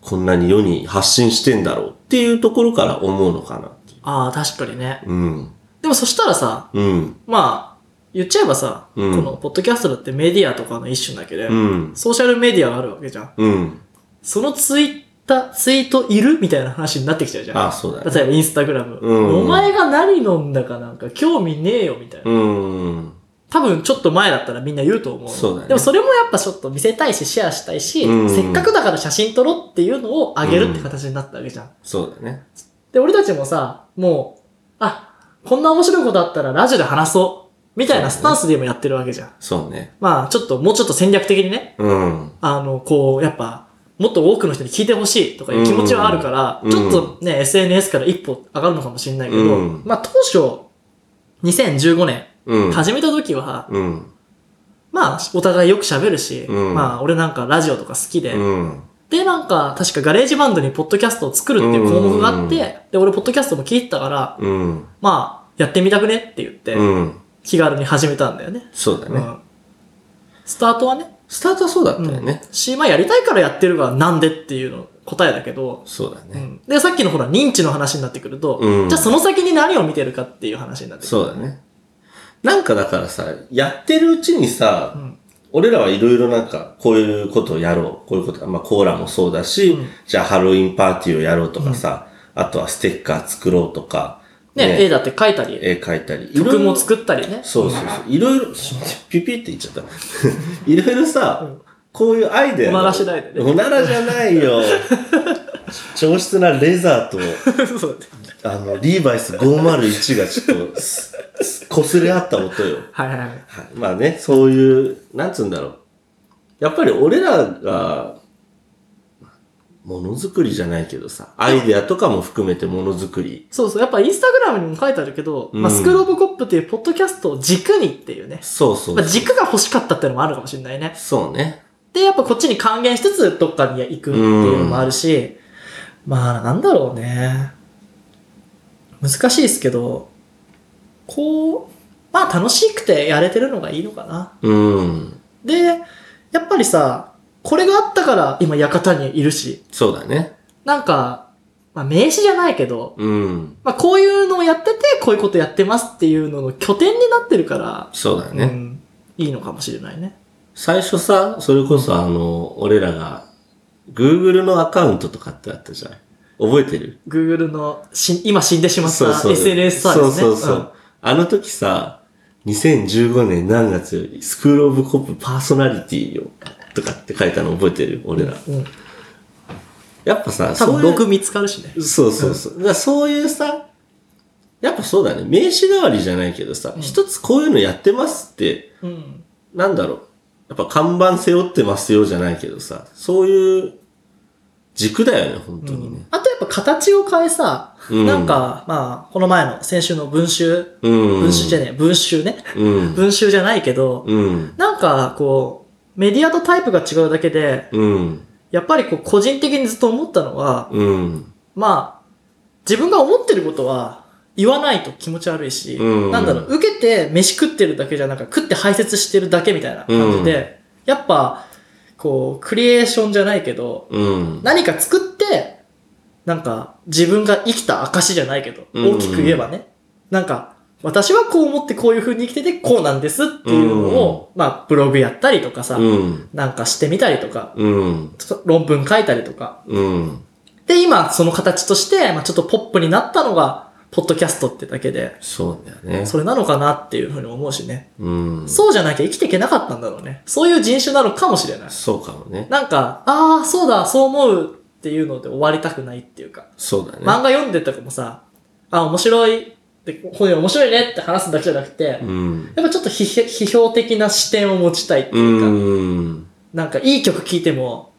Speaker 1: こんなに世に発信してんだろうっていうところから思うのかなっていう。
Speaker 2: ああ、確かにね。
Speaker 1: うん。
Speaker 2: でもそしたらさ、
Speaker 1: うん。
Speaker 2: まあ、言っちゃえばさ、
Speaker 1: うん
Speaker 2: この、ポッドキャストだってメディアとかの一種だけで、
Speaker 1: うん。
Speaker 2: ソーシャルメディアがあるわけじゃん。
Speaker 1: うん。
Speaker 2: そのツイッター、ツイートいるみたいな話になってきちゃうじゃん。
Speaker 1: あ、そうだね。
Speaker 2: 例えばインスタグラム、
Speaker 1: うん
Speaker 2: お前が何飲んだかなんか興味ねえよみたいな。
Speaker 1: うん。
Speaker 2: 多分ちょっと前だったらみんな言うと思う。
Speaker 1: そうだね
Speaker 2: でもそれもやっぱちょっと見せたいしシェアしたいし、
Speaker 1: うん
Speaker 2: せっかくだから写真撮ろうっていうのをあげるって形になったわけじゃん。
Speaker 1: そうだね。
Speaker 2: で、俺たちもさ、もう、あ、こんな面白いことあったらラジオで話そう。みたいなスタンスで今やってるわけじゃん。
Speaker 1: そうね。
Speaker 2: まあちょっともうちょっと戦略的にね、
Speaker 1: うん。
Speaker 2: あの、こう、やっぱ、もっと多くの人に聞いてほしいとかいう気持ちはあるから、
Speaker 1: うん
Speaker 2: ちょっとね、SNS から一歩上がるのかもしれないけど、
Speaker 1: うん
Speaker 2: まあ当初、2015年、
Speaker 1: うん。
Speaker 2: 始めた時は、
Speaker 1: うん。
Speaker 2: まあ、お互いよく喋るし、
Speaker 1: うん
Speaker 2: まあ、俺なんかラジオとか好きで、
Speaker 1: うん。
Speaker 2: で、なんか、確かガレージバンドにポッドキャストを作るっていう項目があ
Speaker 1: うん
Speaker 2: って、で、俺ポッドキャストも聞いてたから、
Speaker 1: うん。
Speaker 2: まあ、やってみたくねって言って、
Speaker 1: うん。
Speaker 2: 気軽に始めたんだよね。
Speaker 1: そうだ
Speaker 2: う
Speaker 1: ね。
Speaker 2: んスタートはね、
Speaker 1: スタートはそうだったよ
Speaker 2: うん
Speaker 1: ね。
Speaker 2: し、まあ、やりたいからやってるが、なんでっていうの、答えだけど、
Speaker 1: そうだ
Speaker 2: う
Speaker 1: ね。
Speaker 2: ん、で、さっきのほら、認知の話になってくると、
Speaker 1: うん
Speaker 2: じゃあその先に何を見てるかっていう話になってくる。
Speaker 1: そうだね。なんかだからさ、やってるうちにさ、
Speaker 2: ん
Speaker 1: 俺らはいろいろなんか、こういうことをやろう。こういうこと、まあコーラもそうだし、
Speaker 2: うん
Speaker 1: じゃあハロウィンパーティーをやろうとかさ、あとはステッカー作ろうとか、
Speaker 2: ね、絵だって描いたり、
Speaker 1: 絵描いたり。
Speaker 2: 曲も
Speaker 1: る。
Speaker 2: 作ったりね。
Speaker 1: [LAUGHS] そうそうそう。いろいろ、ピピって言っちゃった。 [LAUGHS] いろいろさ、こういうアイデアの。
Speaker 2: おならしないでね
Speaker 1: おならじゃない
Speaker 2: [LAUGHS]
Speaker 1: よ。上質なレザーと、
Speaker 2: [LAUGHS] そうだ
Speaker 1: あ
Speaker 2: ね
Speaker 1: の、リーバイス501がちょっとす、す擦れ合った音よ。
Speaker 2: はいはいはい。
Speaker 1: はいまあね、そういう、なんつうんだろう。やっぱり俺らが、ものづくりじゃないけどさ、アイデアとかも含めてものづくり。
Speaker 2: そうそう。やっぱインスタグラムにも書いてあるけど、まあ、
Speaker 1: うん
Speaker 2: スクールオブコップっていうポッドキャストを軸にっていうね。
Speaker 1: そうそう
Speaker 2: まあ、軸が欲しかったっていうのもあるかもしれないね。
Speaker 1: そうね。
Speaker 2: で、やっぱこっちに還元しつつどっかに行くっていうのもあるし、まあなんだろうね。難しいですけど、こう、まあ楽しくてやれてるのがいいのかな。
Speaker 1: うん。
Speaker 2: で、やっぱりさ、これがあったから今館にいるし、
Speaker 1: そうだね。
Speaker 2: なんか、まあ名刺じゃないけど、
Speaker 1: うん。
Speaker 2: まあこういうのをやってて、こういうことやってますっていうのの拠点になってるから、
Speaker 1: そうだね。
Speaker 2: うん、いいのかもしれないね。
Speaker 1: 最初さ、それこそあの、俺らが、Google のアカウントとかってあったじゃん。覚えてる
Speaker 2: Google のし今死んでしまっ
Speaker 1: そう
Speaker 2: た
Speaker 1: そう。
Speaker 2: SNS サービスね。
Speaker 1: そうそうそう。あの時さ、2015年何月より、スクールオブコップパーソナリティよ、とかって書いたの覚えてる俺ら。
Speaker 2: うん。うん
Speaker 1: やっぱさ、
Speaker 2: 多
Speaker 1: そう
Speaker 2: 分
Speaker 1: い
Speaker 2: 僕
Speaker 1: う
Speaker 2: 見つかるしね。
Speaker 1: そうそうそう。だからそういうさ、やっぱそうだね。名刺代わりじゃないけどさ、
Speaker 2: うん
Speaker 1: 一つこういうのやってますって、
Speaker 2: うん。
Speaker 1: なんだろう。やっぱ看板背負ってますよじゃないけどさ、そういう軸だよね、本当にね。
Speaker 2: あとやっぱ形を変えさ、
Speaker 1: うん
Speaker 2: なんか、まあ、この前の、先週の文集、
Speaker 1: うん。
Speaker 2: 文集じゃねえ、文集ね。
Speaker 1: うん。
Speaker 2: 文集じゃないけど、
Speaker 1: うん。
Speaker 2: なんか、こう、メディアとタイプが違うだけで、
Speaker 1: うん。
Speaker 2: やっぱりこう、個人的にずっと思ったのは、
Speaker 1: うん。
Speaker 2: まあ、自分が思ってることは、言わないと気持ち悪いし、
Speaker 1: うん
Speaker 2: なんだろう、受けて飯食ってるだけじゃなく食って排泄してるだけみたいな感じで、やっぱ、こう、クリエーションじゃないけど、
Speaker 1: うん。
Speaker 2: 何か作って、なんか自分が生きた証じゃないけど、
Speaker 1: うん
Speaker 2: 大きく言えばね。なんか、私はこう思ってこういう風に生きててこうなんですっていうのを、まあブログやったりとかさ、
Speaker 1: うん。
Speaker 2: なんかしてみたりとか、
Speaker 1: うん。
Speaker 2: ちょっと論文書いたりとか。
Speaker 1: うん。
Speaker 2: で、今その形として、まあちょっとポップになったのが、ポッドキャストってだけで、
Speaker 1: そうだよね。
Speaker 2: それなのかなっていう風に思うしね。
Speaker 1: うん。
Speaker 2: そうじゃなきゃ生きていけなかったんだろうね。そういう人種なのかもしれない。
Speaker 1: そうかもね。
Speaker 2: なんか、ああ、そうだ、そう思うっていうので終わりたくないっていうか。
Speaker 1: そうだね。
Speaker 2: 漫画読んでた子もさ、あ、面白いって、本面白いねって話すだけじゃなくて、やっ
Speaker 1: うん。
Speaker 2: ぱちょっと批批評的な視点を持ちたいって
Speaker 1: う
Speaker 2: いうか、
Speaker 1: ん。
Speaker 2: なんかいい曲聴いても、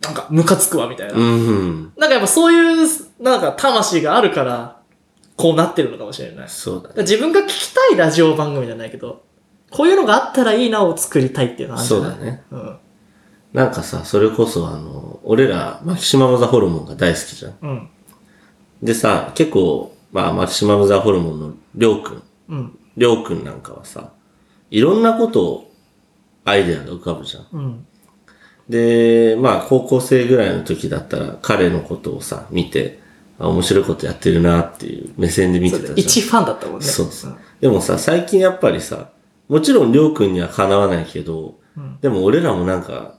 Speaker 2: なんかムカつくわみたいな。
Speaker 1: うん。
Speaker 2: なんかやっぱそういう、なんか魂があるから、こうなってるのかもしれない。だか
Speaker 1: そうだ
Speaker 2: ら
Speaker 1: ね。
Speaker 2: 自分が聞きたいラジオ番組じゃないけど、こういうのがあったらいいなを作りたいっていうのはあるんじゃ
Speaker 1: そう
Speaker 2: ない
Speaker 1: だね。
Speaker 2: うん。
Speaker 1: なんかさ、それこそあの、俺ら、マキシマムザホルモンが大好きじゃん。
Speaker 2: うん。
Speaker 1: でさ、結構、まあ、マキシマムザホルモンのりょうくん。
Speaker 2: うん。
Speaker 1: りょうくんなんかはさ、いろんなことを、アイデアが浮かぶじゃん。
Speaker 2: うん。
Speaker 1: で、まあ、高校生ぐらいの時だったら、彼のことをさ、見て、あ面白いことやってるなっていう目線で見てたじゃん。
Speaker 2: 一ファンだったもんね。
Speaker 1: そうそう。でもさ、最近やっぱりさ、もちろんりょうくんにはかなわないけど、
Speaker 2: うん
Speaker 1: でも俺らもなんか、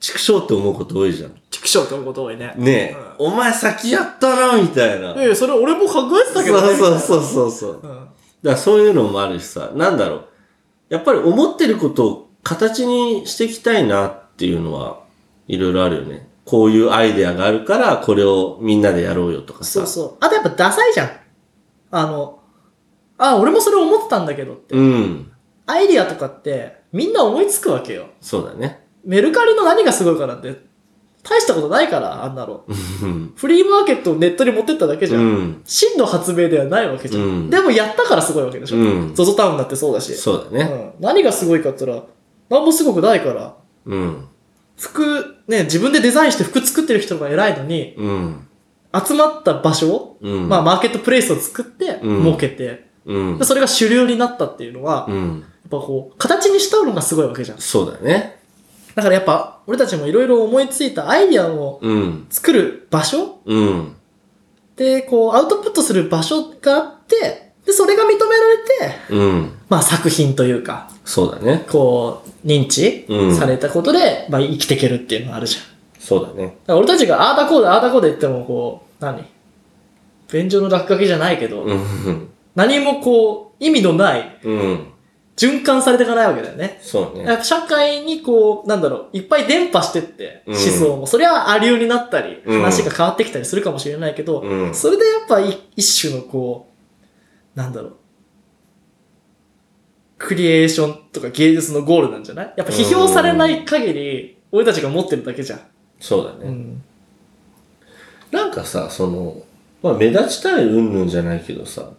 Speaker 1: 畜生って思うこと多いじゃん。
Speaker 2: 畜生って思うこと多いね。
Speaker 1: ねえ、お前先やったな、みたいな。
Speaker 2: いやいや、それ俺も考えて
Speaker 1: そ
Speaker 2: た
Speaker 1: う
Speaker 2: けどね。
Speaker 1: そうそうそうそう。だか
Speaker 2: うん。
Speaker 1: らそういうのもあるしさ、なんだろう。やっぱり思ってることを形にしていきたいなっていうのは、いろいろあるよね。こういうアイデアがあるから、これをみんなでやろうよとかさ。
Speaker 2: そうそう。あとやっぱダサいじゃん。あの、あ、俺もそれ思ってたんだけどって。
Speaker 1: うん。
Speaker 2: アイディアとかって、みんな思いつくわけよ。
Speaker 1: そうだね。 [LAUGHS]
Speaker 2: メルカリの何がすごいかなんて、大したことないから、あんなの。
Speaker 1: うん。
Speaker 2: フリーマーケットをネットに持ってっただけじゃ。
Speaker 1: うんん。
Speaker 2: 真の発明ではないわけじゃん。
Speaker 1: うん
Speaker 2: でもやったからすごいわけでしょ。
Speaker 1: うん
Speaker 2: ゾゾタウンだってそうだし。
Speaker 1: そうだね。
Speaker 2: ん。何がすごいかって言ったら、何もすごくないから、
Speaker 1: うん。
Speaker 2: 服、ね、自分でデザインして服作ってる人が偉いのに、
Speaker 1: うん。
Speaker 2: 集まった場所を、
Speaker 1: うん。
Speaker 2: まあ、マーケットプレイスを作って、
Speaker 1: うん
Speaker 2: 儲けて、
Speaker 1: うん
Speaker 2: で。それが主流になったっていうのは、やっ
Speaker 1: うん。
Speaker 2: ぱこう、形にしたのがすごいわけじゃん。
Speaker 1: そうだね。
Speaker 2: だからやっぱ、俺たちもいろいろ思いついたアイディアを
Speaker 1: うん。
Speaker 2: 作る場所
Speaker 1: うん。
Speaker 2: で、こう、アウトプットする場所があって、で、それが認められて、
Speaker 1: うん。
Speaker 2: まあ作品というか、
Speaker 1: そうだね。
Speaker 2: こう、認知
Speaker 1: うん
Speaker 2: されたことで、まあ生きていけるっていうのがあるじゃん。
Speaker 1: そうだね。
Speaker 2: だから俺たちがああだこうだああだこうだ言ってもこう、何便所の落書きじゃないけど、
Speaker 1: うん。
Speaker 2: 何もこう、意味のない、
Speaker 1: うん。
Speaker 2: 循環されていかないわけだよね。
Speaker 1: そう
Speaker 2: や
Speaker 1: ね。
Speaker 2: っぱ社会にこう、なんだろう、いっぱい伝播してって、
Speaker 1: うん
Speaker 2: 思想も。それはありようになったり、
Speaker 1: うん
Speaker 2: 話が変わってきたりするかもしれないけど、
Speaker 1: うん。
Speaker 2: それでやっぱい一種のこう、なんだろう、クリエーションとか芸術のゴールなんじゃないやっぱ批評されない限り、俺たちが持ってるだけじゃん。
Speaker 1: そうだ
Speaker 2: う
Speaker 1: ね。
Speaker 2: ん。
Speaker 1: なんかさ、その、まあ目立ちたい云々じゃないけどさ、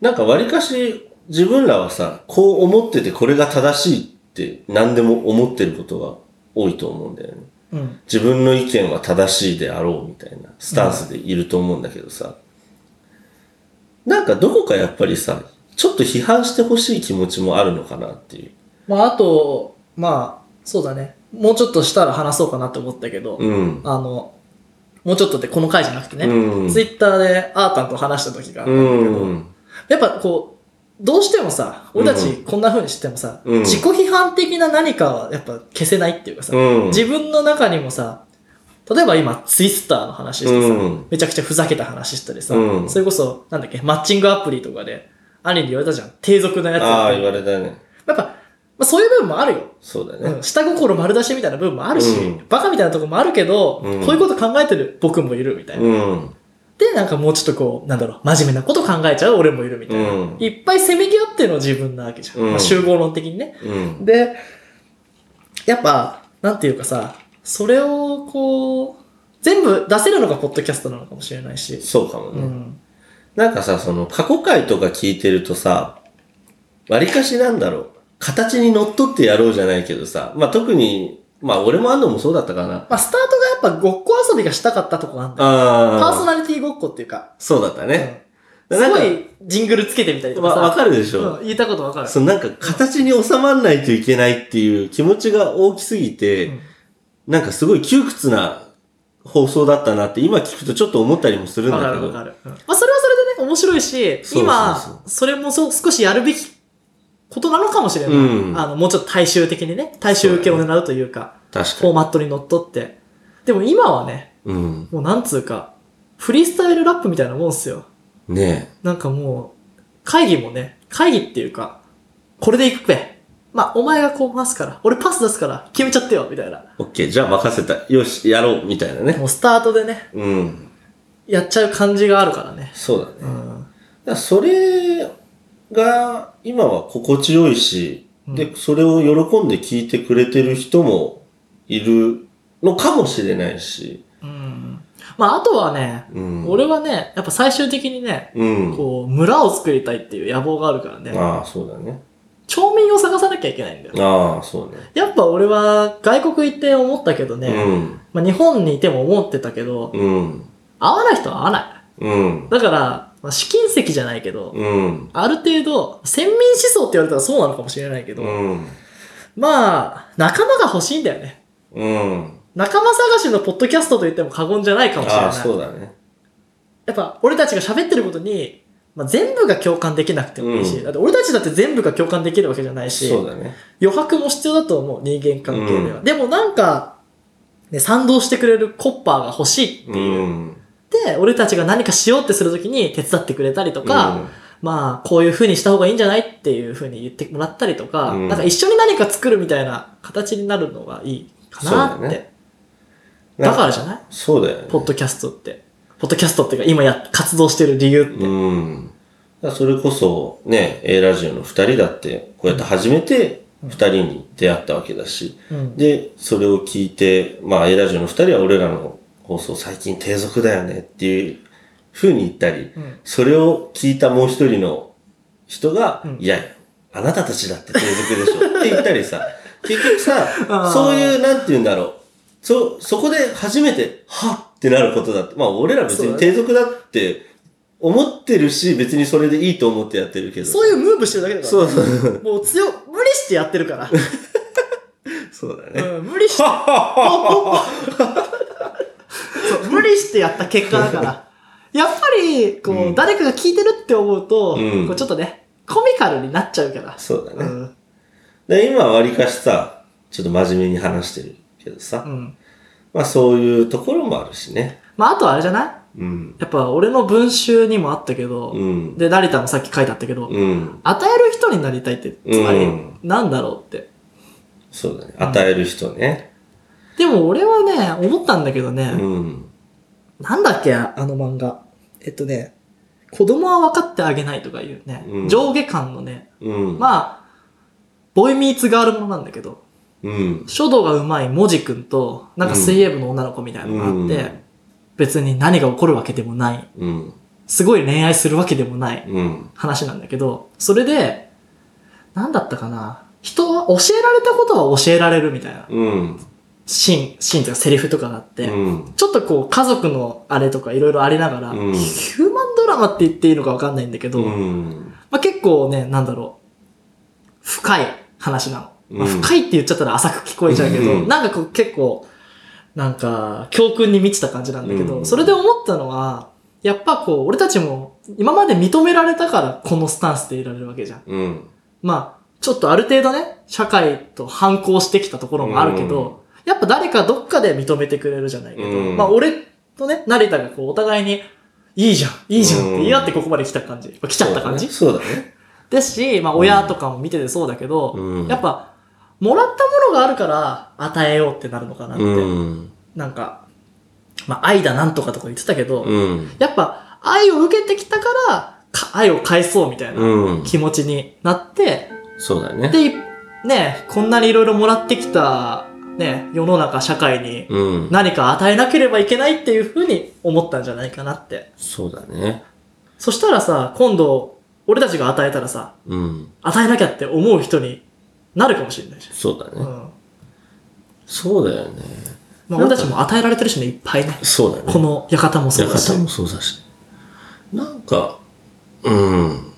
Speaker 1: なんかわりかし自分らはさ、こう思っててこれが正しいって何でも思ってることが多いと思うんだよね。
Speaker 2: うん。
Speaker 1: 自分の意見は正しいであろうみたいなスタンスでいると思うんだけどさ、なんかどこかやっぱりさ、ちょっと批判してほしい気持ちもあるのかなっていう。
Speaker 2: まあ、あと、まあ、そうだね。もうちょっとしたら話そうかなって思ったけど、
Speaker 1: うん。
Speaker 2: あの、もうちょっとってこの回じゃなくてね、
Speaker 1: うん
Speaker 2: ツイッターでアータンと話した時があった
Speaker 1: うん
Speaker 2: だけど、
Speaker 1: ん。
Speaker 2: やっぱこう、どうしてもさ、俺たちこんな風にしてもさ、
Speaker 1: うん
Speaker 2: 自己批判的な何かはやっぱ消せないっていうかさ、
Speaker 1: うん。
Speaker 2: 自分の中にもさ、例えば今ツイスターの話してさ、
Speaker 1: うん
Speaker 2: めちゃくちゃふざけた話したりさ、
Speaker 1: うん
Speaker 2: それこそ、なんだっけ、マッチングアプリとかで、兄に言われたじゃん、低俗なやつ
Speaker 1: あ
Speaker 2: だ
Speaker 1: あ、
Speaker 2: って
Speaker 1: 言われたね。
Speaker 2: やっぱ、まあ、そういう部分もあるよ。
Speaker 1: そうだ
Speaker 2: う
Speaker 1: ね
Speaker 2: ん。下心丸出しみたいな部分もあるし、
Speaker 1: うん
Speaker 2: バカみたいなとこもあるけど、
Speaker 1: うん
Speaker 2: こういうこと考えてる僕もいるみたいな。
Speaker 1: うん。
Speaker 2: で、なんかもうちょっとこう、なんだろう、真面目なこと考えちゃう俺もいるみたいな。
Speaker 1: うん
Speaker 2: いっぱいせめぎ合ってるのは自分なわけじゃん。
Speaker 1: うん
Speaker 2: まあ、集合論的にね。
Speaker 1: うん。
Speaker 2: で、やっぱ、なんていうかさ、それをこう、全部出せるのがポッドキャストなのかもしれないし。
Speaker 1: そうかも
Speaker 2: う
Speaker 1: ね。
Speaker 2: ん。
Speaker 1: なんかさ、その過去回とか聞いてるとさ、わりかしなんだろう。形にのっとってやろうじゃないけどさ、まあ特に、まあ俺も安藤もそうだったかな。
Speaker 2: まあ、スタートがやっぱごっこ遊びがしたかったとこなんだよ。パーソ
Speaker 1: ああ、
Speaker 2: ナリティごっこっていうか。
Speaker 1: そうだったね。
Speaker 2: うん
Speaker 1: な
Speaker 2: す
Speaker 1: んか
Speaker 2: ごいジングルつけてみたりとか
Speaker 1: わ
Speaker 2: さ。
Speaker 1: わかるでしょ、
Speaker 2: うん、言いたことわかる。
Speaker 1: そのなんか形に収まらないといけないっていう気持ちが大きすぎて、
Speaker 2: うん
Speaker 1: なんかすごい窮屈な放送だったなって今聞くとちょっと思ったりもするん
Speaker 2: わか
Speaker 1: だけ
Speaker 2: るわか
Speaker 1: ど。
Speaker 2: る。うんまあ、それはそれでね、面白い
Speaker 1: そ
Speaker 2: し、
Speaker 1: うそうそう
Speaker 2: 今、それもそう少しやるべきことなのかもしれない。
Speaker 1: うん
Speaker 2: あの、もうちょっと大衆的にね、大衆受けを狙うというか、
Speaker 1: 確か
Speaker 2: フォー
Speaker 1: に。
Speaker 2: マットにのっとって。でも今はね、
Speaker 1: うん。
Speaker 2: もうなんつうか、フリースタイルラップみたいなもんですよ。
Speaker 1: ね
Speaker 2: なんかもう、会議もね、会議っていうか、これで行くべ。まあ、お前がこう回すから、俺パス出すから、決めちゃってよ、みたいな。
Speaker 1: え。オッケー、じゃあ任せた。よし、やろう、みたいなね。
Speaker 2: もうスタートでね、
Speaker 1: うん。
Speaker 2: やっちゃう感じがあるからね。
Speaker 1: そうだね。
Speaker 2: うん。
Speaker 1: だからそれが今は心地よいし、
Speaker 2: うん
Speaker 1: で、それを喜んで聞いてくれてる人もいるのかもしれないし。
Speaker 2: うん。まあ、あとはね、
Speaker 1: うん。
Speaker 2: 俺はね、やっぱ最終的にね、
Speaker 1: うん。
Speaker 2: こう、村を作りたいっていう野望があるからね、
Speaker 1: ああ、そうだね。
Speaker 2: 町民を探さなきゃいけないんだよ。
Speaker 1: ああ、そうね。
Speaker 2: やっぱ俺は外国行って思ったけどね、
Speaker 1: うん。
Speaker 2: まあ、日本にいても思ってたけど、
Speaker 1: うん。
Speaker 2: 合わない人は合わな
Speaker 1: うん
Speaker 2: い。。だから、まあ、試金石じゃないけど、
Speaker 1: うん。
Speaker 2: ある程度、先民思想って言われたらそうなのかもしれないけど、
Speaker 1: うん。
Speaker 2: まあ、仲間が欲しいんだよね。
Speaker 1: うん。
Speaker 2: 仲間探しのポッドキャストと言っても過言じゃないかもしれない。
Speaker 1: ああ、そうだね。
Speaker 2: やっぱ俺たちが喋ってることに、まあ、全部が共感できなくてもいいし、
Speaker 1: うん
Speaker 2: だって俺たちだって全部が共感できるわけじゃないし、
Speaker 1: そうだね。
Speaker 2: 余白も必要だと思う、人間関係では。
Speaker 1: う
Speaker 2: でもなんか、ね、賛同してくれるコッパーが欲しいって
Speaker 1: う
Speaker 2: いう。
Speaker 1: ん。
Speaker 2: で、俺たちが何かしようってするときに手伝ってくれたりとか、まあ、こういう風にした方がいいんじゃないっていう風に言ってもらったりとか、
Speaker 1: うん
Speaker 2: なんか一緒に何か作るみたいな形になるのがいいかなって。
Speaker 1: そうだね
Speaker 2: だから
Speaker 1: ら、
Speaker 2: じゃない
Speaker 1: そうだよね。
Speaker 2: ポッドキャストって。ポッドキャストっていうか今や、活動してる理由って。
Speaker 1: うん。だからそれこそ、ね、A ラジオの二人だって、こうやって初めて二人に出会ったわけだし、
Speaker 2: うん
Speaker 1: で、それを聞いて、まあ A ラジオの二人は俺らの放送最近低俗だよねっていう風に言ったり、
Speaker 2: うん
Speaker 1: それを聞いたもう一人の人が、
Speaker 2: うん
Speaker 1: いや、あなたたちだって低俗でしょって言ったりさ、
Speaker 2: [LAUGHS]
Speaker 1: 結局
Speaker 2: あ
Speaker 1: さ
Speaker 2: ー、
Speaker 1: そういう、なんて言うんだろう。そ、そこで初めて、はっってなることだって。まあ俺ら別
Speaker 2: そうだ
Speaker 1: に
Speaker 2: ね
Speaker 1: 低俗だって思ってるし、別にそれでいいと思ってやってるけど。
Speaker 2: そういうムーブしてるだけだから、
Speaker 1: そうそう。
Speaker 2: [LAUGHS] もう強、無理してやってるから。
Speaker 1: [LAUGHS] そうだから
Speaker 2: [LAUGHS]
Speaker 1: ね。
Speaker 2: うん、無理して、そう無理してやった結果だから。 [LAUGHS] やっぱり、こう、
Speaker 1: うん
Speaker 2: 誰かが聞いてるって思うと、
Speaker 1: うん
Speaker 2: こうちょっとね、コミカルになっちゃうから。
Speaker 1: そうだ
Speaker 2: う
Speaker 1: ね。
Speaker 2: ん。
Speaker 1: で今はわりかしさ、ちょっと真面目に話してるけどさ、
Speaker 2: うん。
Speaker 1: まあそういうところもあるしね。
Speaker 2: まあ、あとはあれじゃない
Speaker 1: うん。
Speaker 2: やっぱ俺の文集にもあったけど、
Speaker 1: うん。
Speaker 2: で、成田もさっき書いてあったけど、
Speaker 1: うん。
Speaker 2: 与える人になりたいって、つまり
Speaker 1: うん、
Speaker 2: なんだろうって。
Speaker 1: そうだね。与える人ね。
Speaker 2: でも俺はね、思ったんだけどね、
Speaker 1: うん。
Speaker 2: なんだっけ、あの漫画。えっとね、子供は分かってあげないとかいうね、
Speaker 1: うん
Speaker 2: 上下感のね、
Speaker 1: うん。あ。
Speaker 2: まあ、ボーイミーツガールものなんだけど、
Speaker 1: うん。
Speaker 2: 書道が上手いモジ君と、なんか水泳部の女の子みたいなのがあって、
Speaker 1: うん
Speaker 2: 別に何が起こるわけでもない、
Speaker 1: うん。
Speaker 2: すごい恋愛するわけでもない、
Speaker 1: うん。
Speaker 2: 話なんだけど、それで、なんだったかな。人は教えられたことは教えられるみたいな
Speaker 1: うん。
Speaker 2: シーン、シーンというかセリフとかがあって、
Speaker 1: うん。
Speaker 2: ちょっとこう家族のあれとかいろいろありながら、
Speaker 1: うん
Speaker 2: ヒューマンドラマって言っていいのかわかんないんだけど、
Speaker 1: うん。
Speaker 2: まあ、結構ね、なんだろう、深い話なの。まあ
Speaker 1: うん
Speaker 2: 深いって言っちゃったら浅く聞こえちゃうけど、
Speaker 1: うん
Speaker 2: なんかこう結構、なんか教訓に満ちた感じなんだけど、
Speaker 1: うん
Speaker 2: それで思ったのは、やっぱこう、俺たちも今まで認められたからこのスタンスでいられるわけじゃん。
Speaker 1: うん。
Speaker 2: まあ、ちょっとある程度ね、社会と反抗してきたところもあるけど、やっぱ誰かどっかで認めてくれるじゃないけど、
Speaker 1: うん
Speaker 2: まあ俺とね、成田がこうお互いに、いいじゃん、いいじゃんって言い合ってここまで来た感じ、来ちゃった感じ、
Speaker 1: そうだね。
Speaker 2: ですし、まあ親とかも見ててそうだけど、
Speaker 1: うん
Speaker 2: やっぱ、もらったものがあるから与えようってなるのかなって。
Speaker 1: うん。
Speaker 2: なんか、まあ愛だなんとかとか言ってたけど、
Speaker 1: うん。
Speaker 2: やっぱ愛を受けてきたから、か愛を返そうみたいな
Speaker 1: うん。
Speaker 2: 気持ちになって、
Speaker 1: そうだね。
Speaker 2: で、ね、こんなにいろいろもらってきた、ね、世の中、社会に
Speaker 1: うん。
Speaker 2: 何か与えなければいけないっていうふうに思ったんじゃないかなって。
Speaker 1: そうだね。
Speaker 2: そしたらさ、今度、俺たちが与えたらさ、
Speaker 1: うん。
Speaker 2: 与えなきゃって思う人になるかもしれないじ
Speaker 1: そうだ
Speaker 2: ゃん。う
Speaker 1: ね。
Speaker 2: ん。
Speaker 1: そうだよね。
Speaker 2: まあ、俺たちも与えられてるしね、いっぱいね。
Speaker 1: そうだね。
Speaker 2: この館もそうだし
Speaker 1: 館。もそうだし。なんか、うん。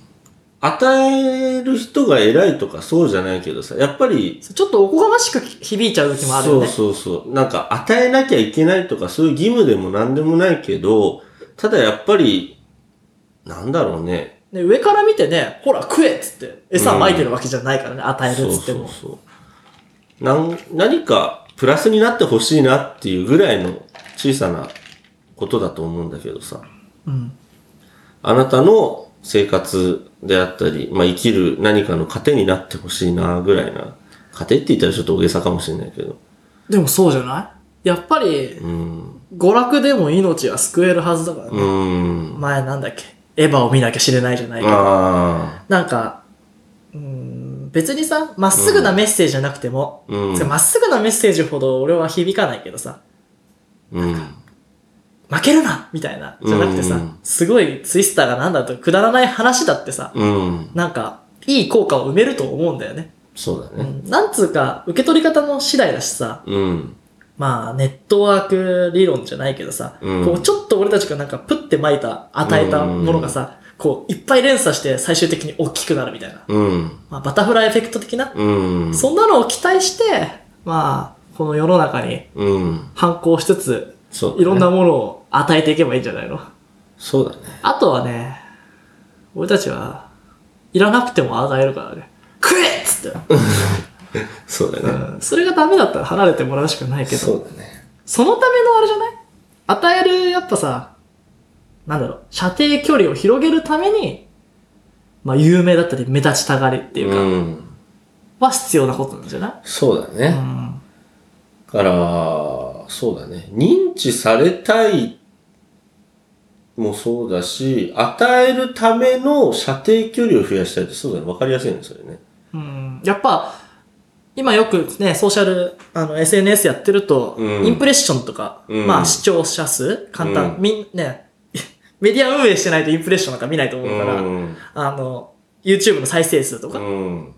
Speaker 1: 与える人が偉いとかそうじゃないけどさ、やっぱり、
Speaker 2: ちょっとおこがましく響いちゃう時もあるよ
Speaker 1: そう
Speaker 2: ね。
Speaker 1: そうそう。なんか与えなきゃいけないとかそういう義務でも何でもないけど、ただやっぱり、なんだろうね。
Speaker 2: ね上から見てね、ほら食えっつって、餌撒いてるわけじゃないからね、与えるっつっても。
Speaker 1: そうそうそうなん。何かプラスになってほしいなっていうぐらいの小さなことだと思うんだけどさ。
Speaker 2: うん。
Speaker 1: あなたの生活であったり、まあ、生きる何かの糧になってほしいな、ぐらいな。糧って言ったらちょっと大げさかもしれないけど。
Speaker 2: でもそうじゃないやっぱり、
Speaker 1: うん。
Speaker 2: 娯楽でも命は救えるはずだからね、
Speaker 1: うん。
Speaker 2: 前なんだっけエヴァを見なきゃ知れないじゃないか、
Speaker 1: ああ。
Speaker 2: なんかうーん別にさまっすぐなメッセージじゃなくても
Speaker 1: うん。
Speaker 2: ま、っすぐなメッセージほど俺は響かないけどさ
Speaker 1: うん。
Speaker 2: 負けるなみたいなじゃなくてさ、
Speaker 1: うん
Speaker 2: すごいツイスターがなんだとくだらない話だってさ、
Speaker 1: うん。
Speaker 2: なんかいい効果を埋めると思うんだよね、
Speaker 1: そう
Speaker 2: う
Speaker 1: だね。
Speaker 2: ん、なんつうか受け取り方の次第だしさ
Speaker 1: うん。
Speaker 2: まあ、ネットワーク理論じゃないけどさ、
Speaker 1: うん
Speaker 2: こう、ちょっと俺たちがなんか、プって撒いた、与えたものがさ、こう、いっぱい連鎖して最終的に大きくなるみたいな。
Speaker 1: うん。
Speaker 2: まあ、バタフライエフェクト的な。
Speaker 1: うん。
Speaker 2: そんなのを期待して、まあ、この世の中に
Speaker 1: うん。
Speaker 2: 反抗しつつ、
Speaker 1: そうだね。
Speaker 2: いろんなものを与えていけばいいんじゃないの
Speaker 1: そうだね。
Speaker 2: あとはね、俺たちは、いらなくても与えるからね。食えっつって。
Speaker 1: そうだ
Speaker 2: う
Speaker 1: ね。
Speaker 2: ん。それがダメだったら離れてもらうしかないけど。
Speaker 1: そうだね。
Speaker 2: そのためのあれじゃない与える、やっぱさ、なんだろう、射程距離を広げるために、まあ、有名だったり、目立ちたがりっていうか、
Speaker 1: うん。
Speaker 2: は必要なことなんじゃない
Speaker 1: そうだ
Speaker 2: う
Speaker 1: ね。
Speaker 2: ん。
Speaker 1: だから、そうだね。認知されたいもそうだし、与えるための射程距離を増やしたいって、そうだね。わかりやすいね、それね。
Speaker 2: うん。やっぱ、今よくね、ソーシャル、あの、SNS やってると、
Speaker 1: うん
Speaker 2: インプレッションとか、
Speaker 1: うん
Speaker 2: まあ、視聴者数、簡単、
Speaker 1: うん
Speaker 2: みん、ね、 [LAUGHS] メディア運営してないとインプレッションなんか見ないと思うから、
Speaker 1: うん。
Speaker 2: あの、YouTube の再生数とか、
Speaker 1: うん。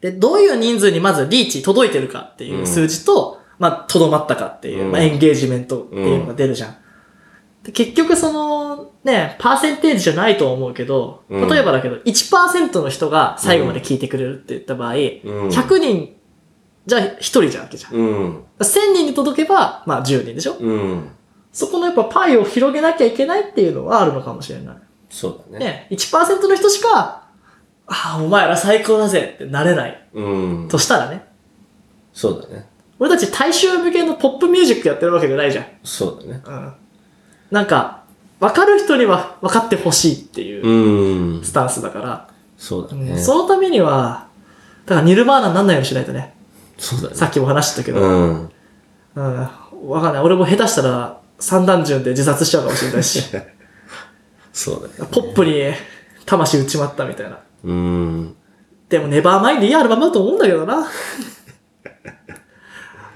Speaker 2: で、どういう人数にまずリーチ届いてるかっていう数字と、まあ、とどまったかっていう、
Speaker 1: うん
Speaker 2: まあ、エンゲージメントっていうのが出るじゃん。で結局その、ね、パーセンテージじゃないと思うけど、
Speaker 1: うん
Speaker 2: 例えばだけど、1%の人が最後まで聞いてくれるって言った場合、
Speaker 1: うん
Speaker 2: 100人じゃあ1人じゃんけじゃん。
Speaker 1: うん。
Speaker 2: 1000人に届けば、まあ10人でしょ
Speaker 1: うん。
Speaker 2: そこのやっぱパイを広げなきゃいけないっていうのはあるのかもしれな
Speaker 1: そうだ
Speaker 2: い。
Speaker 1: ね。
Speaker 2: ね、1%の人しか、ああ、お前ら最高だぜってなれない。
Speaker 1: うん。
Speaker 2: としたらね。
Speaker 1: そうだね。
Speaker 2: 俺たち大衆向けのポップミュージックやってるわけじゃないじゃん。
Speaker 1: そうだね。
Speaker 2: うん。なんか、わかる人には分かってほしいっていう
Speaker 1: うん。
Speaker 2: スタンスだから、
Speaker 1: そうだ
Speaker 2: うん
Speaker 1: ね。
Speaker 2: そのためには、だからニルバーナになんないようにしないとね。
Speaker 1: そうだね。
Speaker 2: さっきも話したけど、
Speaker 1: うん。
Speaker 2: うん、わかんない。俺も下手したら三段順で自殺しちゃうかもしれな
Speaker 1: [LAUGHS]
Speaker 2: いし、
Speaker 1: そうだね。
Speaker 2: ポップに魂打ちまったみたいな。
Speaker 1: うん。
Speaker 2: でもネバーマインドいいアルバムだと思うんだけ
Speaker 1: [LAUGHS]
Speaker 2: どな。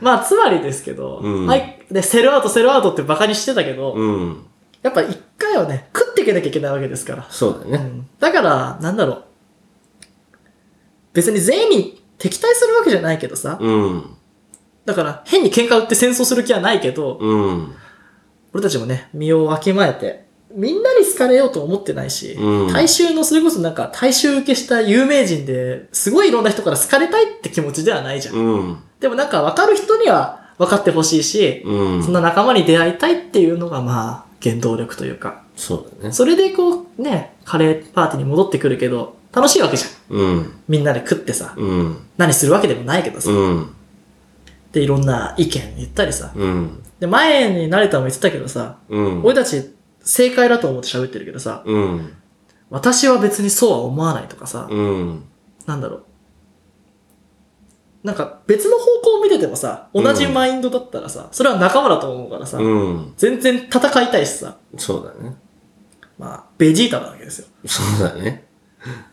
Speaker 2: まあ、つまりですけど、
Speaker 1: うん
Speaker 2: はい。で、セルアウト、セルアウトってバカにしてたけど、
Speaker 1: うん。
Speaker 2: やっぱ一回はね、食っていけなきゃいけないわけですから。
Speaker 1: そうだ
Speaker 2: う
Speaker 1: ね。
Speaker 2: んだから、なんだろう。別に全員に敵対するわけじゃないけどさ。
Speaker 1: うん。
Speaker 2: だから、変に喧嘩売って戦争する気はないけど、
Speaker 1: うん。
Speaker 2: 俺たちもね、身をわきまえて、みんなに好かれようと思ってないし、
Speaker 1: うん
Speaker 2: 大衆の、それこそなんか、大衆受けした有名人で、すごいいろんな人から好かれたいって気持ちではないじゃん。
Speaker 1: うん。
Speaker 2: でもなんか、わかる人には分かってほしいし、
Speaker 1: うん。
Speaker 2: そんな仲間に出会いたいっていうのが、まあ、原動力というか。
Speaker 1: そうだね。
Speaker 2: それでこう、ね、カレーパーティーに戻ってくるけど、楽しいわけじゃん。
Speaker 1: うん。
Speaker 2: みんなで食ってさ、
Speaker 1: うん。
Speaker 2: 何するわけでもないけどさ、
Speaker 1: うん。
Speaker 2: で、いろんな意見言ったりさ。
Speaker 1: うん。
Speaker 2: で、前に慣れたも言ってたけどさ、
Speaker 1: うん。
Speaker 2: 俺たち正解だと思って喋ってるけどさ、
Speaker 1: うん。
Speaker 2: 私は別にそうは思わないとかさ、
Speaker 1: うん。
Speaker 2: なんだろう。なんか別の方向を見ててもさ、同じマインドだったらさ、それは仲間だと思うからさ、
Speaker 1: うん。
Speaker 2: 全然戦いたいしさ、
Speaker 1: そうだね。
Speaker 2: まあ、ベジータなわけですよ。
Speaker 1: そうだね。うん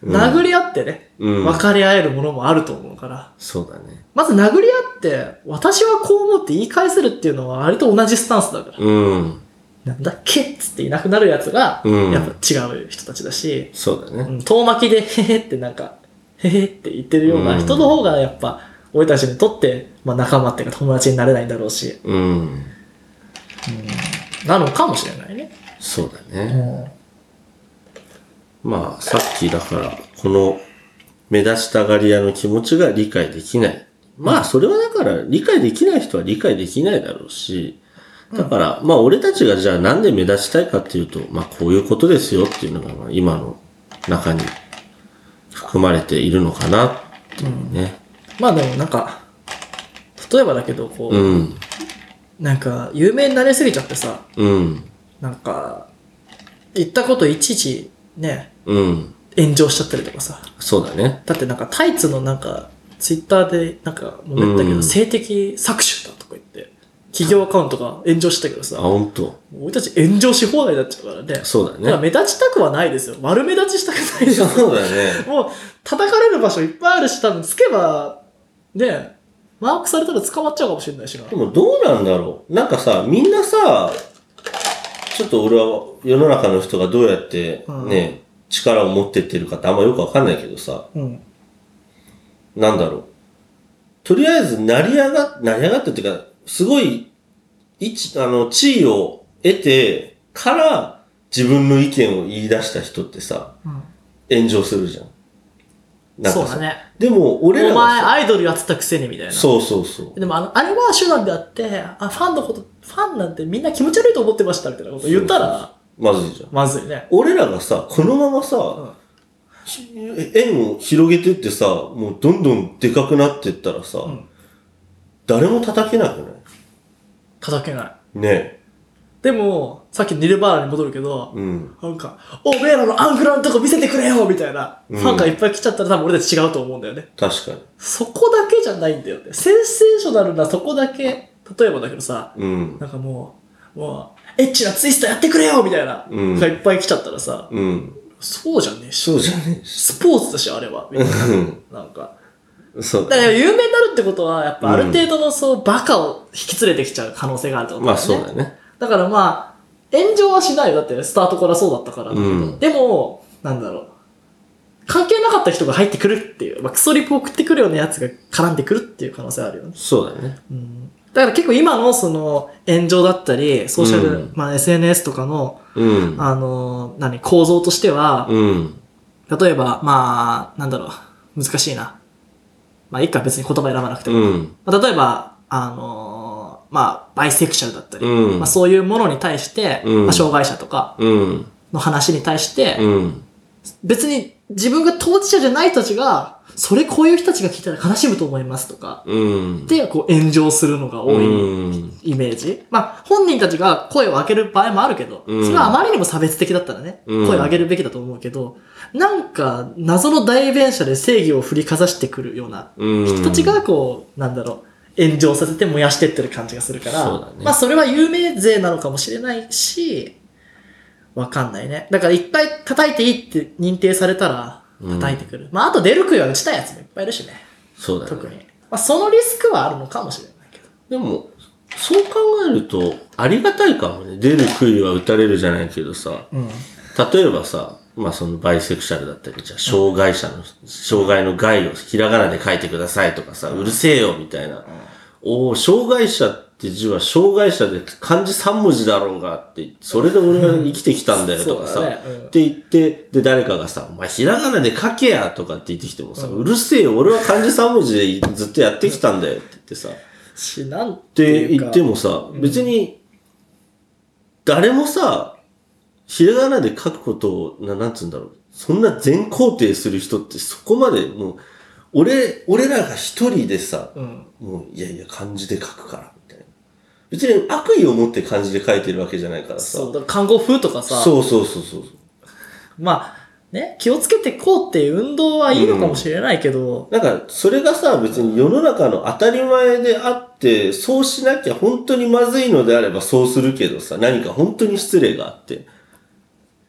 Speaker 2: 殴り合ってね、
Speaker 1: うん。
Speaker 2: 分かり合えるものもあると思うから、
Speaker 1: そうだね。
Speaker 2: まず殴り合って、私はこう思って言い返せるっていうのは、あれと同じスタンスだから。
Speaker 1: うん。
Speaker 2: なんだっけっつっていなくなるやつが、
Speaker 1: うん
Speaker 2: やっぱ違う人たちだし、
Speaker 1: そうだ
Speaker 2: う
Speaker 1: ね。
Speaker 2: ん遠巻きで、へへってなんか、へへって言ってるような人の方が、やっぱ、俺たちにとって、まあ仲間っていうか友達になれないんだろうし、
Speaker 1: うん。
Speaker 2: なのかもしれないね。
Speaker 1: そうだ
Speaker 2: う
Speaker 1: ね。
Speaker 2: ん。
Speaker 1: まあ、さっきだから、この、目立ちたがり屋の気持ちが理解できない。まあ、それはだから、理解できない人は理解できないだろうし、だから、まあ、俺たちがじゃあなんで目立ちたいかっていうと、まあ、こういうことですよっていうのが、まあ今の中に含まれているのかなっていうね。
Speaker 2: まあでもなんか、例えばだけど、こう、
Speaker 1: うん。
Speaker 2: なんか、有名になりすぎちゃってさ、
Speaker 1: うん。
Speaker 2: なんか、言ったこといちいち、ね、
Speaker 1: うん。
Speaker 2: 炎上しちゃったりとかさ、
Speaker 1: そうだね。
Speaker 2: だってなんかタイツのなんか、ツイッターでなんか、もめったけど、
Speaker 1: うん
Speaker 2: 性的搾取だとか言って、企業アカウントが炎上したけど
Speaker 1: あ、
Speaker 2: さ、
Speaker 1: ほんと。
Speaker 2: 俺たち炎上し放題になっちゃうからね。
Speaker 1: そうだ
Speaker 2: だから
Speaker 1: ね。
Speaker 2: 目立ちたくはないですよ。悪目立ちしたくない
Speaker 1: [LAUGHS]
Speaker 2: ですよ。
Speaker 1: そうだね。
Speaker 2: もう、叩かれる場所いっぱいあるし、多分つけば、ね、マークされたら捕まっちゃうかもしれないしな
Speaker 1: で。もどうなんだろうなんかさ、みんなさ、ちょっと俺は世の中の人がどうやって
Speaker 2: うん
Speaker 1: ね、力を持ってってるかってあんまよくわかんないけどさ、
Speaker 2: うん。
Speaker 1: なんだろう。とりあえず成り上が、成り上がったっていうか、すごい、一、あの、地位を得てから自分の意見を言い出した人ってさ、炎上するじゃん。なん
Speaker 2: そう
Speaker 1: か
Speaker 2: だ
Speaker 1: さ。
Speaker 2: ね。
Speaker 1: でも
Speaker 2: お
Speaker 1: 俺ら
Speaker 2: 前
Speaker 1: がさ、
Speaker 2: アイドルやってたくせにみたいな。
Speaker 1: そうそうそう。
Speaker 2: でもあの、あれは手段であって、あ、ファンのこと、ファンなんてみんな気持ち悪いと思ってましたみたいなこと言ったら、
Speaker 1: まずいじゃん。
Speaker 2: まずいね。
Speaker 1: 俺らがさ、このままさ、ひ円を広げてってさ、もうどんどんでかくなってったらさ、
Speaker 2: ん
Speaker 1: 誰も叩けなくない
Speaker 2: 叩けない。
Speaker 1: ねえ。
Speaker 2: でも、さっきニルバーナに戻るけど、
Speaker 1: うん。
Speaker 2: なんか、おめえらのアングラのとこ見せてくれよみたいな、
Speaker 1: う
Speaker 2: フ
Speaker 1: ん
Speaker 2: ァンがいっぱい来ちゃったら多分俺たち違うと思うんだよね。
Speaker 1: 確かに。
Speaker 2: そこだけじゃないんだよね。センセーショナルなそこだけ、例えばだけどさ、
Speaker 1: うん。
Speaker 2: なんかもう、もう、エッチなツイストやってくれよみたいな、
Speaker 1: うん
Speaker 2: がいっぱい来ちゃったらさ、
Speaker 1: うん。
Speaker 2: そうじゃねえし、
Speaker 1: そうじゃねえし。
Speaker 2: スポーツだし、あ
Speaker 1: [LAUGHS]
Speaker 2: れは、みたいな。なんか、
Speaker 1: そう
Speaker 2: だ
Speaker 1: だ
Speaker 2: か
Speaker 1: ね。
Speaker 2: ら有名になるってことは、やっぱある程度のそう、バカを引き連れてきちゃう可能性があるってことだ
Speaker 1: ま
Speaker 2: よ
Speaker 1: あ
Speaker 2: ね。
Speaker 1: そうだね。
Speaker 2: だからまあ、炎上はしないよ。だって、スタートからそうだったから。
Speaker 1: うん
Speaker 2: でも、なんだろう。関係なかった人が入ってくるっていう、まあ、クソリプ送ってくるようなやつが絡んでくるっていう可能性はあるよね。
Speaker 1: そうだね。
Speaker 2: うん、だから結構今のその炎上だったり、ソーシャル、
Speaker 1: うん
Speaker 2: まあ SNS とかの、
Speaker 1: うん。
Speaker 2: あのー何、構造としては、
Speaker 1: うん。
Speaker 2: 例えば、まあ、なんだろう、難しいな。まあいいか別に言葉選ばなくても。
Speaker 1: うん。
Speaker 2: まあ例えば、あのーまあ、バイセクシャルだったり、
Speaker 1: うん
Speaker 2: まあそういうものに対して、
Speaker 1: うん
Speaker 2: まあ障害者とか
Speaker 1: うん。
Speaker 2: の話に対して、
Speaker 1: うん。
Speaker 2: 別に自分が当事者じゃない人たちが、それこういう人たちが聞いたら悲しむと思いますとか、
Speaker 1: うん。
Speaker 2: で、こう炎上するのが多い
Speaker 1: うん。
Speaker 2: イメージ。まあ本人たちが声を上げる場合もあるけど、
Speaker 1: うん
Speaker 2: それはあまりにも差別的だったらね、
Speaker 1: うん
Speaker 2: 声を上げるべきだと思うけど、なんか謎の代弁者で正義を振りかざしてくるような
Speaker 1: うん。
Speaker 2: 人たちがこう、なんだろう、炎上させて燃やしてってる感じがするから、
Speaker 1: そうだね
Speaker 2: まあそれは有名税なのかもしれないし、わかんないね。だからいっぱい叩いていいって認定されたら、
Speaker 1: うん
Speaker 2: 叩いてくる。まああと出る杭は打ちたいやつもいっぱいいるしね、
Speaker 1: そうだ
Speaker 2: 特
Speaker 1: ね。
Speaker 2: に。まあそのリスクはあるのかもしれないけど。
Speaker 1: でも、そう考えると、ありがたいかもね。出る杭は打たれるじゃないけどさ、
Speaker 2: うん。
Speaker 1: 例えばさ、まあそのバイセクシャルだったり、じゃあ障害者の、障害の害をひらがなで書いてくださいとかさ、うるせえよみたいな。おお障害者って字は障害者で漢字3文字だろうがって、それで俺は生きてきたんだよとか
Speaker 2: そ
Speaker 1: さ、
Speaker 2: うだねうん
Speaker 1: って言って、で誰かがさ、お前ひらがなで書けやとかって言ってきてもさ、うるせえよ、俺は漢字3文字でずっとやってきたんだよって言ってさ、
Speaker 2: し、なん
Speaker 1: ってて
Speaker 2: いう
Speaker 1: 言
Speaker 2: か
Speaker 1: って。もさ、別に、誰もさ、ひらがなで書くことを、ななんつうんだろう。そんな全肯定する人ってそこまでもう、俺、俺らが一人でさ、
Speaker 2: うん。
Speaker 1: もう、いやいや、漢字で書くから、みたいな。別に悪意を持って漢字で書いてるわけじゃないからさ。
Speaker 2: そう、だから看護風とかさ、
Speaker 1: そうそうそうそう。
Speaker 2: まあ、ね、気をつけてこうっていう運動はいいのかもしれないけど、
Speaker 1: なんか、それがさ、別に世の中の当たり前であって、そうしなきゃ本当にまずいのであればそうするけどさ、何か本当に失礼があって。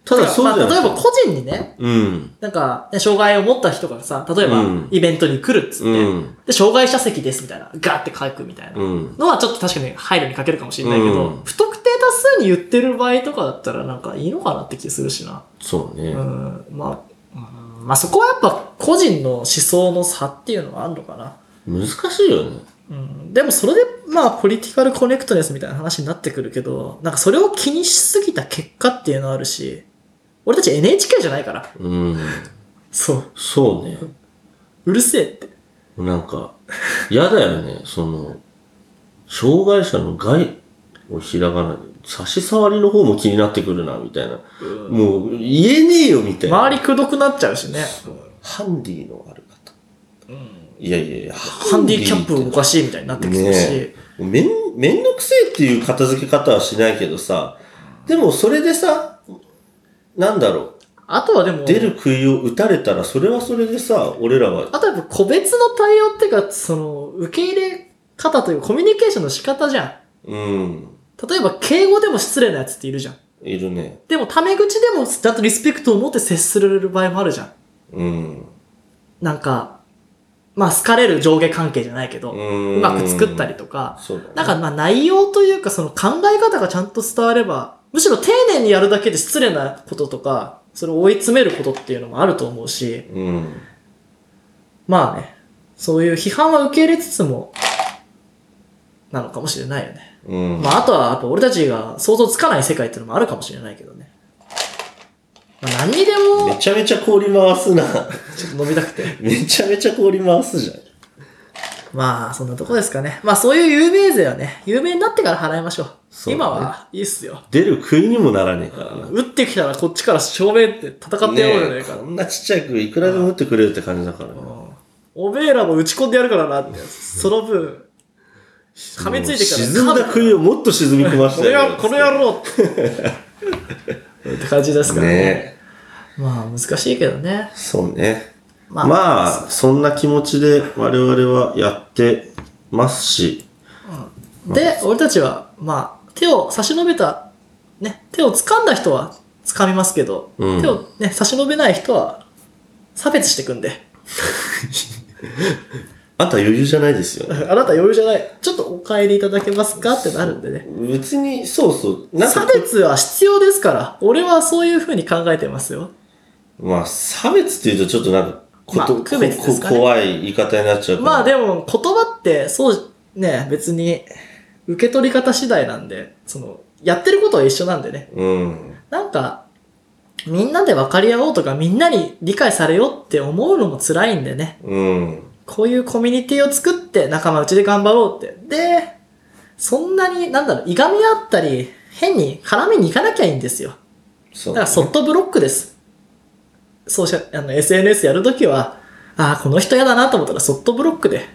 Speaker 1: ただそうじゃ
Speaker 2: ま
Speaker 1: な
Speaker 2: あ例え
Speaker 1: い。
Speaker 2: ば個人にね、
Speaker 1: うん。
Speaker 2: なんか、ね、障害を持った人がさ、例えば
Speaker 1: うん、
Speaker 2: イベントに来るっつって、
Speaker 1: うん
Speaker 2: で、障害者席ですみたいな、ガーって書くみたいな。
Speaker 1: うん。
Speaker 2: のはちょっと確かに配慮にかけるかもしれないけど、
Speaker 1: うん
Speaker 2: 不特定多数に言ってる場合とかだったらなんかいいのかなって気するしな。
Speaker 1: そうね。
Speaker 2: うん、まあ、うんまあそこはやっぱ個人の思想の差っていうのはあるのかな。
Speaker 1: 難しいよね。
Speaker 2: うん、でもそれでまあポリティカルコネクトネスみたいな話になってくるけど、なんかそれを気にしすぎた結果っていうのはあるし、俺たち NHK じゃないから。
Speaker 1: うん。
Speaker 2: そう。
Speaker 1: そうね。
Speaker 2: うるせえって。
Speaker 1: なんか、嫌だよね。その、障害者の害をひらがなで、差し障りの方も気になってくるな、みたいな。もう、言えねえよ、みたいな。
Speaker 2: 周りくどくなっちゃうしね。
Speaker 1: ハンディのある方。いやいやいや、
Speaker 2: ハ
Speaker 1: ハ
Speaker 2: ンディキャップおかしいみたいになってきてるし、
Speaker 1: ねえめん、めんどくせえっていう片付け方はしないけどさ、でもそれでさ、なんだろ
Speaker 2: あとはでも、
Speaker 1: う、出る杭を打たれたら、それはそれでさ、俺らは、
Speaker 2: あとやっぱ個別の対応っていうか、その、受け入れ方というかコミュニケーションの仕方じゃん。
Speaker 1: うん、
Speaker 2: 例えば敬語でも失礼なやつっているじゃん。
Speaker 1: いるね。
Speaker 2: でもタメ口でもちゃんとリスペクトを持って接する場合もあるじゃん。
Speaker 1: うん。
Speaker 2: なんか、まあ好かれる上下関係じゃないけど、
Speaker 1: うん
Speaker 2: うまく作ったりとか、
Speaker 1: そうだね。
Speaker 2: なんかまあ内容というかその考え方がちゃんと伝われば、むしろ丁寧にやるだけで失礼なこととか、それを追い詰めることっていうのもあると思うし、
Speaker 1: うん。
Speaker 2: まあね、そういう批判は受け入れつつも、なのかもしれないよね。
Speaker 1: うん。
Speaker 2: まああとはやっぱ俺たちが想像つかない世界っていうのもあるかもしれないけどね。まあ何にでも、
Speaker 1: めちゃめちゃ氷回すな。 [LAUGHS]
Speaker 2: ちょっと飲みたくて。
Speaker 1: めちゃめちゃ氷回すじゃん。
Speaker 2: まあ、そんなとこですかね。まあ、そういう有名税はね、有名になってから払いましょう。
Speaker 1: そうだね
Speaker 2: 今はいいっすよ。
Speaker 1: 出る杭にもならねえからな。
Speaker 2: 打ってきたらこっちから正面って戦ってやろうじゃねえか。
Speaker 1: ねえこんなちっちゃい杭いくらでも打ってくれるって感じだからね。
Speaker 2: おめえらも打ち込んでやるからなって。その分、噛みついてきたら
Speaker 1: 沈んだ杭をもっと沈み込まし
Speaker 2: こ
Speaker 1: て
Speaker 2: れ
Speaker 1: やる
Speaker 2: は、この野郎って。って感じですからね。
Speaker 1: ね
Speaker 2: まあ、難しいけどね。
Speaker 1: そうね。
Speaker 2: ま
Speaker 1: ま
Speaker 2: あ
Speaker 1: あ、そんな気持ちで我々はやってますし、
Speaker 2: で、俺たちは、まあ、手を差し伸べた、ね、手を掴んだ人は掴みますけど、
Speaker 1: うん
Speaker 2: 手をね、差し伸べない人は差別していくんで、
Speaker 1: あとは余裕じゃないですよ
Speaker 2: あ [LAUGHS]
Speaker 1: ね。
Speaker 2: なた余裕じゃない、ちょっとお帰りいただけますかってなるんでね。
Speaker 1: 別に、そうそう。なん
Speaker 2: 差
Speaker 1: か、
Speaker 2: 別は必要ですから、俺はそういうふうに考えてますよ。
Speaker 1: まあ、差別っていうとちょっとなんか、こと、
Speaker 2: まあ区別です
Speaker 1: こ
Speaker 2: かね
Speaker 1: こ怖い言い方になっちゃうから。
Speaker 2: まあでも、言葉って、そう、ね、別に、受け取り方次第なんで、その、やってることは一緒なんでね。
Speaker 1: うん。
Speaker 2: なんか、みんなで分かり合おうとか、みんなに理解されようって思うのも辛いんでね。
Speaker 1: うん。
Speaker 2: こういうコミュニティを作って仲間うちで頑張ろうって。で、そんなに、なんだろう、いがみ合ったり、変に絡みに行かなきゃいいんですよ。
Speaker 1: そ
Speaker 2: だ
Speaker 1: うだ
Speaker 2: から
Speaker 1: ね
Speaker 2: そっとブロックです。そうしゃ、あの、SNS やるときは、ああ、この人嫌だなと思ったらそっとブロックで、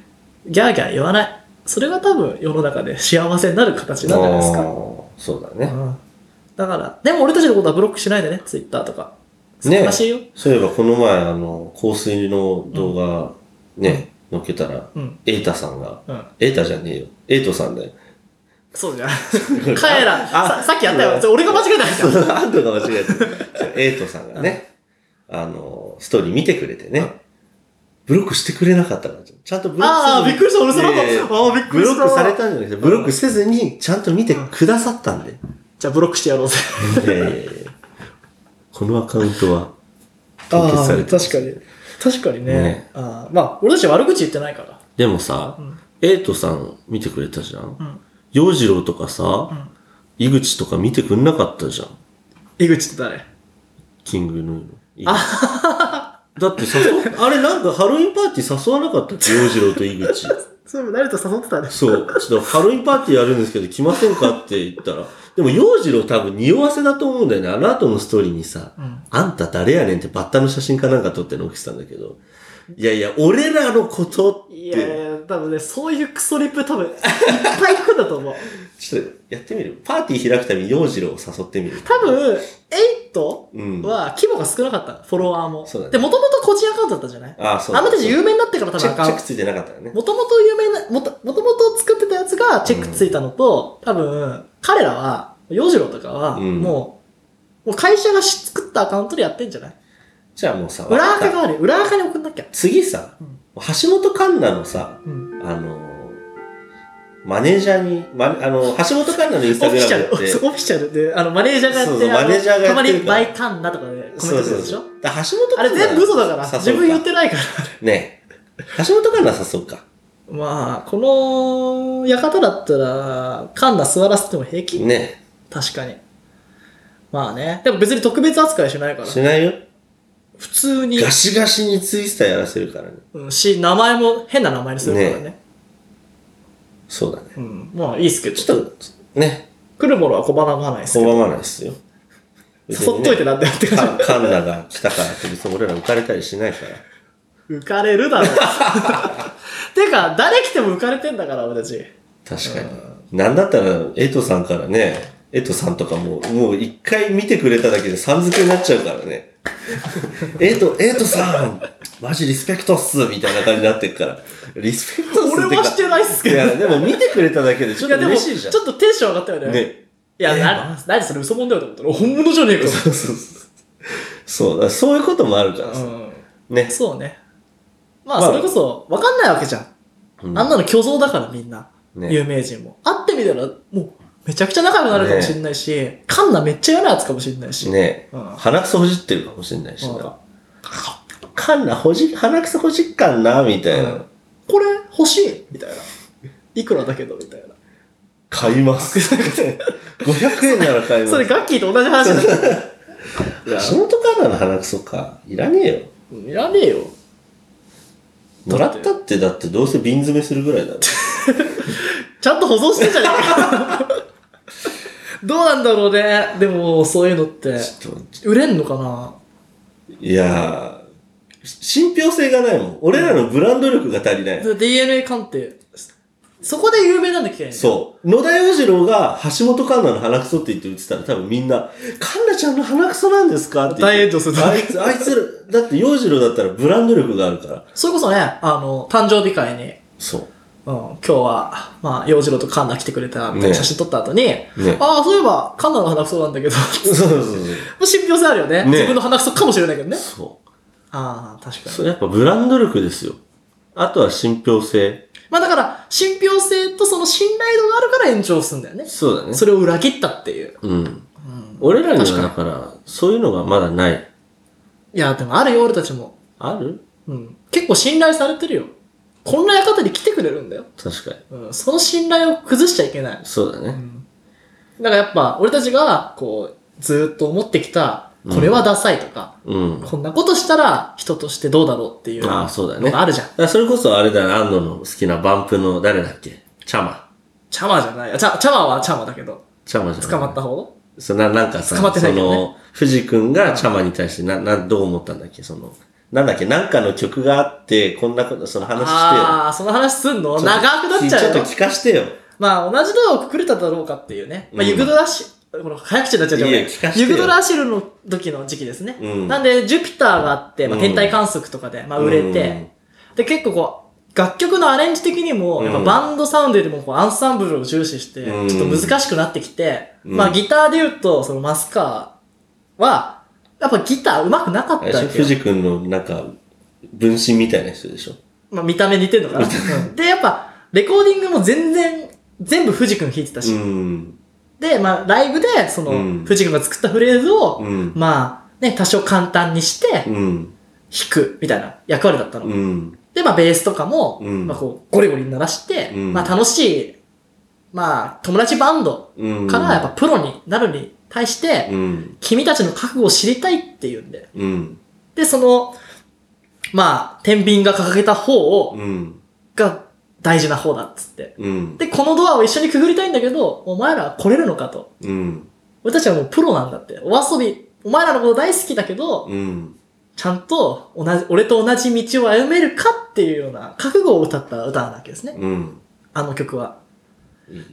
Speaker 2: ギャーギャー言わない。それが多分世の中で幸せになる形なんじゃないです
Speaker 1: あ
Speaker 2: か。
Speaker 1: ーそうだね。
Speaker 2: うん。だから、でも俺たちのことはブロックしないでね、ツイッターとか。
Speaker 1: ね
Speaker 2: 悲しいよ。
Speaker 1: そういえばこの前、あの、香水の動画、ね、載っけたら、
Speaker 2: うん。
Speaker 1: エイタさんが、
Speaker 2: うん。
Speaker 1: エイタじゃねえよ。エイトさん
Speaker 2: [LAUGHS]
Speaker 1: だよ。
Speaker 2: そうじゃん。 [LAUGHS] カエラ、ささっきやった
Speaker 1: う
Speaker 2: よ。
Speaker 1: ん
Speaker 2: それ俺が間違えたんです
Speaker 1: そ
Speaker 2: よ。
Speaker 1: の後が間違えてる。エイトさんがね、あの、ストーリー見てくれてね、ブロックしてくれなかったから、ちゃんとブロックせずに
Speaker 2: ああ、びっくりした。俺その後、
Speaker 1: いやいや
Speaker 2: ああ、びっく
Speaker 1: ブ
Speaker 2: り
Speaker 1: ロ
Speaker 2: した。
Speaker 1: ックされたんじゃなくて、ブロックせずに、ちゃんと見てくださったんで。
Speaker 2: じゃあブロックしてやろうぜ。
Speaker 1: いやいやいやこのアカウントは、 [LAUGHS] 凍
Speaker 2: あ
Speaker 1: 結
Speaker 2: あ、
Speaker 1: され
Speaker 2: 確
Speaker 1: てま
Speaker 2: か
Speaker 1: す
Speaker 2: に。確かにね。
Speaker 1: ね
Speaker 2: ああまあ、俺たち悪口言ってないから。
Speaker 1: でもさ
Speaker 2: うん、
Speaker 1: エイトさん見てくれたじゃ。
Speaker 2: うんん。
Speaker 1: 洋次郎とかさ、井口とか見てくんなかったじゃん。
Speaker 2: 井口って誰
Speaker 1: キングヌーの井口。だって誘っ、あれなんかハロウィンパーティー誘わなかったっけ洋次郎と井口。
Speaker 2: そういえば誰と誘ってたね。
Speaker 1: そう。ちょっとハロウィンパーティーやるんですけど来ませんかって言ったら、でも洋次郎多分匂わせだと思うんだよね。あの後のストーリーにさ、
Speaker 2: うん
Speaker 1: あんた誰やねんってバッタの写真かなんか撮ってんの起きてたんだけど、いやいや、俺らのことって、
Speaker 2: いやいや、多分ね、そういうクソリップ多分、いっぱい行くんだと思う。
Speaker 1: ちょっとやってみるパーティー開くために洋次郎を誘ってみる。
Speaker 2: 多分、エイト
Speaker 1: うん。
Speaker 2: は規模が少なかった。フォロワーも。
Speaker 1: そうだね
Speaker 2: で、もともと個人アカウントだったじゃない
Speaker 1: ああ、そう
Speaker 2: あ
Speaker 1: だ
Speaker 2: んたたち有名になってから多
Speaker 1: チェ
Speaker 2: 分ア
Speaker 1: ック
Speaker 2: カ
Speaker 1: チ
Speaker 2: ウ
Speaker 1: ェ
Speaker 2: ン
Speaker 1: ック
Speaker 2: ト。
Speaker 1: ついてなかったよね。
Speaker 2: もともと有名な、もともともと作ってたやつがチェックついたのと、多分、彼らは、洋次郎とかは、
Speaker 1: うん
Speaker 2: もう、もう会社がし作ったアカウントでやってんじゃない
Speaker 1: じゃあもうさ、
Speaker 2: 裏
Speaker 1: わか
Speaker 2: 垢
Speaker 1: った
Speaker 2: がある。裏垢に送んなきゃ。
Speaker 1: 次さ、
Speaker 2: うん
Speaker 1: 橋本環奈のさ、
Speaker 2: うん。
Speaker 1: あのーマネージャーに、ま、あのー橋本環奈のイン
Speaker 2: オ
Speaker 1: ス
Speaker 2: フ
Speaker 1: タグ
Speaker 2: ィ
Speaker 1: ラ
Speaker 2: シ
Speaker 1: ム
Speaker 2: ャ
Speaker 1: や
Speaker 2: ル、オ [LAUGHS]
Speaker 1: って、
Speaker 2: フィシャルで、あの、マネージャーがやって、
Speaker 1: そうそう
Speaker 2: あの
Speaker 1: マネージャーがやってる
Speaker 2: たまに
Speaker 1: から
Speaker 2: バイカンナとかでコメントするでしょ
Speaker 1: だから橋本環
Speaker 2: [LAUGHS] あれ
Speaker 1: 奈
Speaker 2: 全部嘘だから。
Speaker 1: 誘う
Speaker 2: 自分言ってないから。
Speaker 1: ねえ。橋本環奈誘うか。
Speaker 2: まあ、この、館だったら、カンナ座らせても平気。
Speaker 1: ね
Speaker 2: 確かに。まあね。でも別に特別扱いしないか
Speaker 1: え。
Speaker 2: ら。
Speaker 1: しないよ。
Speaker 2: 普通に、
Speaker 1: ガシガシにツイスターやらせるからね。
Speaker 2: うん、し、名前も変な名前にするからね。
Speaker 1: そうだね。
Speaker 2: うん。まあいいっすけど。
Speaker 1: ちょっと、ね、
Speaker 2: 来るものは拒まないっすけど。
Speaker 1: 拒まないですよ。別に
Speaker 2: 誘っといてなんだよって
Speaker 1: か
Speaker 2: 感じ。
Speaker 1: カンナが来たからって別に俺ら浮かれたりしないから。
Speaker 2: 浮かれるだろ。 [LAUGHS] てか、誰来ても浮かれてんだから、俺たち。
Speaker 1: 確かに。なんだったら、エトさんからね、エトさんとかも、もう一回見てくれただけでさん付けになっちゃうから
Speaker 2: [LAUGHS]
Speaker 1: ね。エト、エトさんマジリスペクトっすみたいな感じになってっから。リスペクトっすってか
Speaker 2: 俺はしてないっすけど
Speaker 1: いや、でも見てくれただけでちょっ
Speaker 2: いや、
Speaker 1: と
Speaker 2: でも、
Speaker 1: 嬉
Speaker 2: ち
Speaker 1: しいじゃん。
Speaker 2: ょっとテンション上がったよね。
Speaker 1: ね。
Speaker 2: いや、
Speaker 1: ええ
Speaker 2: な、何それ嘘もんだよと思ったら、本物じゃねえかよ。
Speaker 1: そうそうそう。そう、だからそういうこともあるからさ。ね。
Speaker 2: そうね。まあ、
Speaker 1: まあ
Speaker 2: それこそ、わかんないわけじゃん。
Speaker 1: うん
Speaker 2: あんなの虚像だから、みんな。
Speaker 1: ね
Speaker 2: 有名人も。会ってみたら、もう、めちゃくちゃ仲良くなるかもしれないし、カンナめっちゃ嫌なやつかもしれないし。
Speaker 1: ね
Speaker 2: うん
Speaker 1: 鼻くそほじってるかもしれないし
Speaker 2: うん
Speaker 1: な。カンナほじ、鼻くそほじっかんな、みたいな。
Speaker 2: これ欲しいみたいな。いくらだけどみたいな。
Speaker 1: 買い [LAUGHS] ます。500円なら買い [LAUGHS] ます。
Speaker 2: それガッキーと同じ話
Speaker 1: [LAUGHS]
Speaker 2: だ。いや
Speaker 1: 橋本環奈の鼻くそか。いらねえよ。
Speaker 2: うんいらねえよ。
Speaker 1: もらったってだってどうせ瓶詰めするぐらいだろ。
Speaker 2: ちゃんと保存してんじゃねえか。
Speaker 1: [LAUGHS]
Speaker 2: どうなんだろうね。でも、そういうのって、
Speaker 1: [LAUGHS] ちょっと
Speaker 2: 売れんのかない
Speaker 1: やー、信憑性がないもん。俺らのブランド力が足りない。
Speaker 2: で DNA 鑑定。そこで有名なんだっけ
Speaker 1: そう。野田洋次郎が橋本環奈の鼻くそって言って言ってたら多分みんな、環奈ちゃんの鼻くそなんですかって言って。
Speaker 2: 大炎上する
Speaker 1: あいつ、あいつら、だって洋次郎だったらブランド力があるから。
Speaker 2: それこそね、あの、誕生日会に、うん、
Speaker 1: そ
Speaker 2: 今日は、まあ、洋次郎とカンナ来てくれた、みたいな
Speaker 1: ね
Speaker 2: 写真撮った後に、
Speaker 1: う。ね。
Speaker 2: ああ、そういえば、カンナの鼻くそなん
Speaker 1: [LAUGHS]
Speaker 2: だけど、
Speaker 1: [LAUGHS] そうそうそう
Speaker 2: 信憑性あるよね。
Speaker 1: ね
Speaker 2: 自分の鼻くそかもしれないけどね。
Speaker 1: そう。
Speaker 2: ああ、確かに。
Speaker 1: そう、やっぱブランド力ですよ。あとは信憑性。
Speaker 2: まあだから、信憑性とその信頼度があるから炎上するんだよね。
Speaker 1: そうだね。
Speaker 2: それを裏切ったっていう。
Speaker 1: うん。俺らに
Speaker 2: 確
Speaker 1: は
Speaker 2: かに
Speaker 1: だから、そういうのがまだない。
Speaker 2: いや、でもあるよ、俺たちも。
Speaker 1: ある
Speaker 2: うん。結構信頼されてるよ。こんな館に来てくれるんだよ。
Speaker 1: 確かに。
Speaker 2: うん。その信頼を崩しちゃいけない。
Speaker 1: そうだ
Speaker 2: う
Speaker 1: ね。
Speaker 2: ん。だからやっぱ、俺たちが、こう、ずーっと思ってきた、これはダサいとか、
Speaker 1: うん。
Speaker 2: こんなことしたら人としてどうだろうっていう
Speaker 1: ああ、
Speaker 2: の
Speaker 1: そうだね。
Speaker 2: があるじゃん
Speaker 1: だ。からそれこそあれだな、安野の好きなバンプの誰だっけチャマ。
Speaker 2: チャマじゃない。あチャチャマはチャマだけど、
Speaker 1: チャマじゃない
Speaker 2: 捕まった方
Speaker 1: そななんかさ、
Speaker 2: 捕まってない
Speaker 1: そ
Speaker 2: けどね
Speaker 1: の、藤君がチャマに対してな、な、どう思ったんだっけその、なんだっけなんかの曲があって、こんなこと、その話してよ。
Speaker 2: ああ、その話すんの
Speaker 1: ちょ
Speaker 2: 長くなっちゃう
Speaker 1: ちょ
Speaker 2: よ
Speaker 1: っと。聞かしてよ。
Speaker 2: まあ、同じドアをくくれただろうかっていうね。まあ、
Speaker 1: うん
Speaker 2: ユグドラシ、この早口になっちゃうけど
Speaker 1: いやいや聞かせて
Speaker 2: ユ
Speaker 1: よ
Speaker 2: グドラシルの時の時期ですね。
Speaker 1: うん
Speaker 2: なんで、ジュピターがあって、まあ、
Speaker 1: うん
Speaker 2: 天体観測とかで、まあ、売れて、で、結構こう、楽曲のアレンジ的にも、
Speaker 1: うん
Speaker 2: やっぱバンドサウンドよりもこうアンサンブルを重視して、
Speaker 1: うん
Speaker 2: ちょっと難しくなってきて、
Speaker 1: うん
Speaker 2: まあギターで言うと、そのマスカーは、やっぱギター上手くなかっ
Speaker 1: うん。あ
Speaker 2: た
Speaker 1: れでし
Speaker 2: わ
Speaker 1: ょ
Speaker 2: けよ
Speaker 1: 藤君の、なんか、分身みたいな人でしょ
Speaker 2: まあ見た目似てるのかな。うん [LAUGHS] で、やっぱ、レコーディングも全然、全部藤君弾いてたし、
Speaker 1: うん。
Speaker 2: で、まあ、ライブで、その、
Speaker 1: うん
Speaker 2: 藤君が作ったフレーズを、
Speaker 1: うん。
Speaker 2: まあ、ね、多少簡単にして、弾
Speaker 1: うん。
Speaker 2: く、みたいな役割だったの。
Speaker 1: うん。
Speaker 2: で、まあ、ベースとかも、
Speaker 1: うん
Speaker 2: まあ、こう、ゴリゴリに鳴らして、
Speaker 1: うん
Speaker 2: まあ、楽しい、まあ、友達バンド
Speaker 1: うん。
Speaker 2: から、やっぱ、プロになるに対して、
Speaker 1: うん。
Speaker 2: 君たちの覚悟を知りたいっていうんで。
Speaker 1: うん。
Speaker 2: で、その、まあ、天秤が掲げた方を、
Speaker 1: うん。
Speaker 2: が大事な方だっつって。
Speaker 1: うん。
Speaker 2: で、このドアを一緒にくぐりたいんだけど、お前らは来れるのかと。
Speaker 1: うん。
Speaker 2: 俺たちはもうプロなんだって。お遊び、お前らのこと大好きだけど、
Speaker 1: うん。
Speaker 2: ちゃんと同じ、俺と同じ道を歩めるかっていうような覚悟を歌った歌なわけですね。
Speaker 1: うん。
Speaker 2: あの曲は。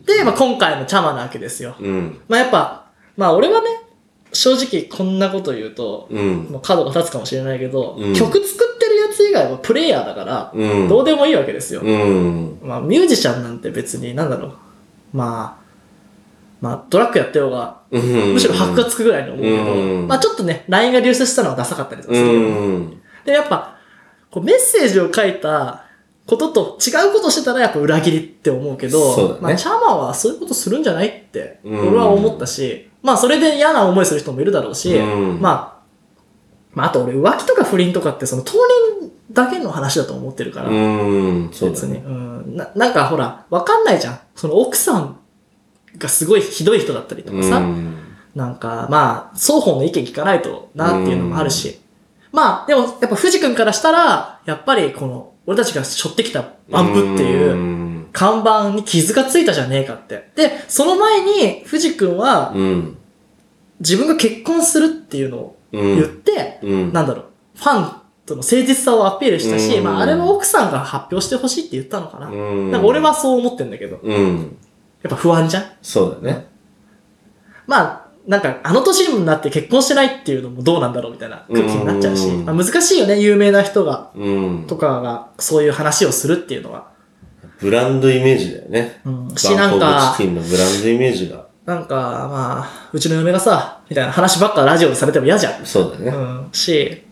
Speaker 2: で、まあ、今回のチャマなわけですよ。
Speaker 1: うん。
Speaker 2: まあ、やっぱ、まあ、俺はね、正直こんなこと言うと、
Speaker 1: うん。
Speaker 2: もう角が立つかもしれないけど、
Speaker 1: うん
Speaker 2: 曲作ってるやつ以外はプレイヤーだから、
Speaker 1: うん。
Speaker 2: どうでもいいわけですよ。
Speaker 1: うん。
Speaker 2: まあ、ミュージシャンなんて別に、なんだろう。まあ、まあ、ドラッグやってようが、
Speaker 1: うん。
Speaker 2: むしろ箔がつくぐらいに思うけど、
Speaker 1: うん
Speaker 2: まあちょっとね、LINE が流出したのはダサかったりとかするけど、
Speaker 1: うん。
Speaker 2: で、やっぱ、こうメッセージを書いたことと違うことしてたらやっぱ裏切りって思うけど、
Speaker 1: そうだね
Speaker 2: まあシャーマンはそういうことするんじゃないって、
Speaker 1: うん
Speaker 2: 俺は思ったし、まあそれで嫌な思いする人もいるだろうし、
Speaker 1: うん
Speaker 2: まあ、まああと俺浮気とか不倫とかってその当人だけの話だと思ってるから、
Speaker 1: うん。そうだ
Speaker 2: 別に、
Speaker 1: ね。
Speaker 2: うんな。なんかほら、わかんないじゃん。その奥さんがすごいひどい人だったりとかさ、
Speaker 1: うん。
Speaker 2: なんか、まあ、双方の意見聞かないとなっていうのもあるし。まあ、でも、やっぱ藤君からしたら、やっぱりこの、俺たちが背負ってきたバンプっていう
Speaker 1: う。
Speaker 2: 看板に傷がついたじゃねえかって。で、その前に藤君は
Speaker 1: うん。
Speaker 2: 自分が結婚するっていうのを
Speaker 1: うん。
Speaker 2: 言って、
Speaker 1: うん。
Speaker 2: なんだろう、ファンとの誠実さをアピールしたし、
Speaker 1: うん
Speaker 2: まあ、あれは奥さんが発表してほしいって言ったのかな。
Speaker 1: うん。
Speaker 2: なんか俺はそう思ってんだけど、や
Speaker 1: うん。
Speaker 2: っぱ不安じゃん
Speaker 1: そうだね。
Speaker 2: まあ、なんか、あの年になって結婚してないっていうのもどうなんだろうみたいな空気になっちゃうし、
Speaker 1: うん
Speaker 2: まあ、難しいよね、有名な人が、
Speaker 1: うん
Speaker 2: と。かが、そういう話をするっていうのは。
Speaker 1: ブランドイメージだよね。
Speaker 2: うん。し、
Speaker 1: バ
Speaker 2: な
Speaker 1: ンコ
Speaker 2: ん
Speaker 1: ブ
Speaker 2: か
Speaker 1: チ、キンのブランドイメージが。
Speaker 2: なんか、まあ、うちの嫁がさ、みたいな話ばっかラジオでされても嫌じゃん。
Speaker 1: そうだ
Speaker 2: う
Speaker 1: ね。
Speaker 2: ん。し、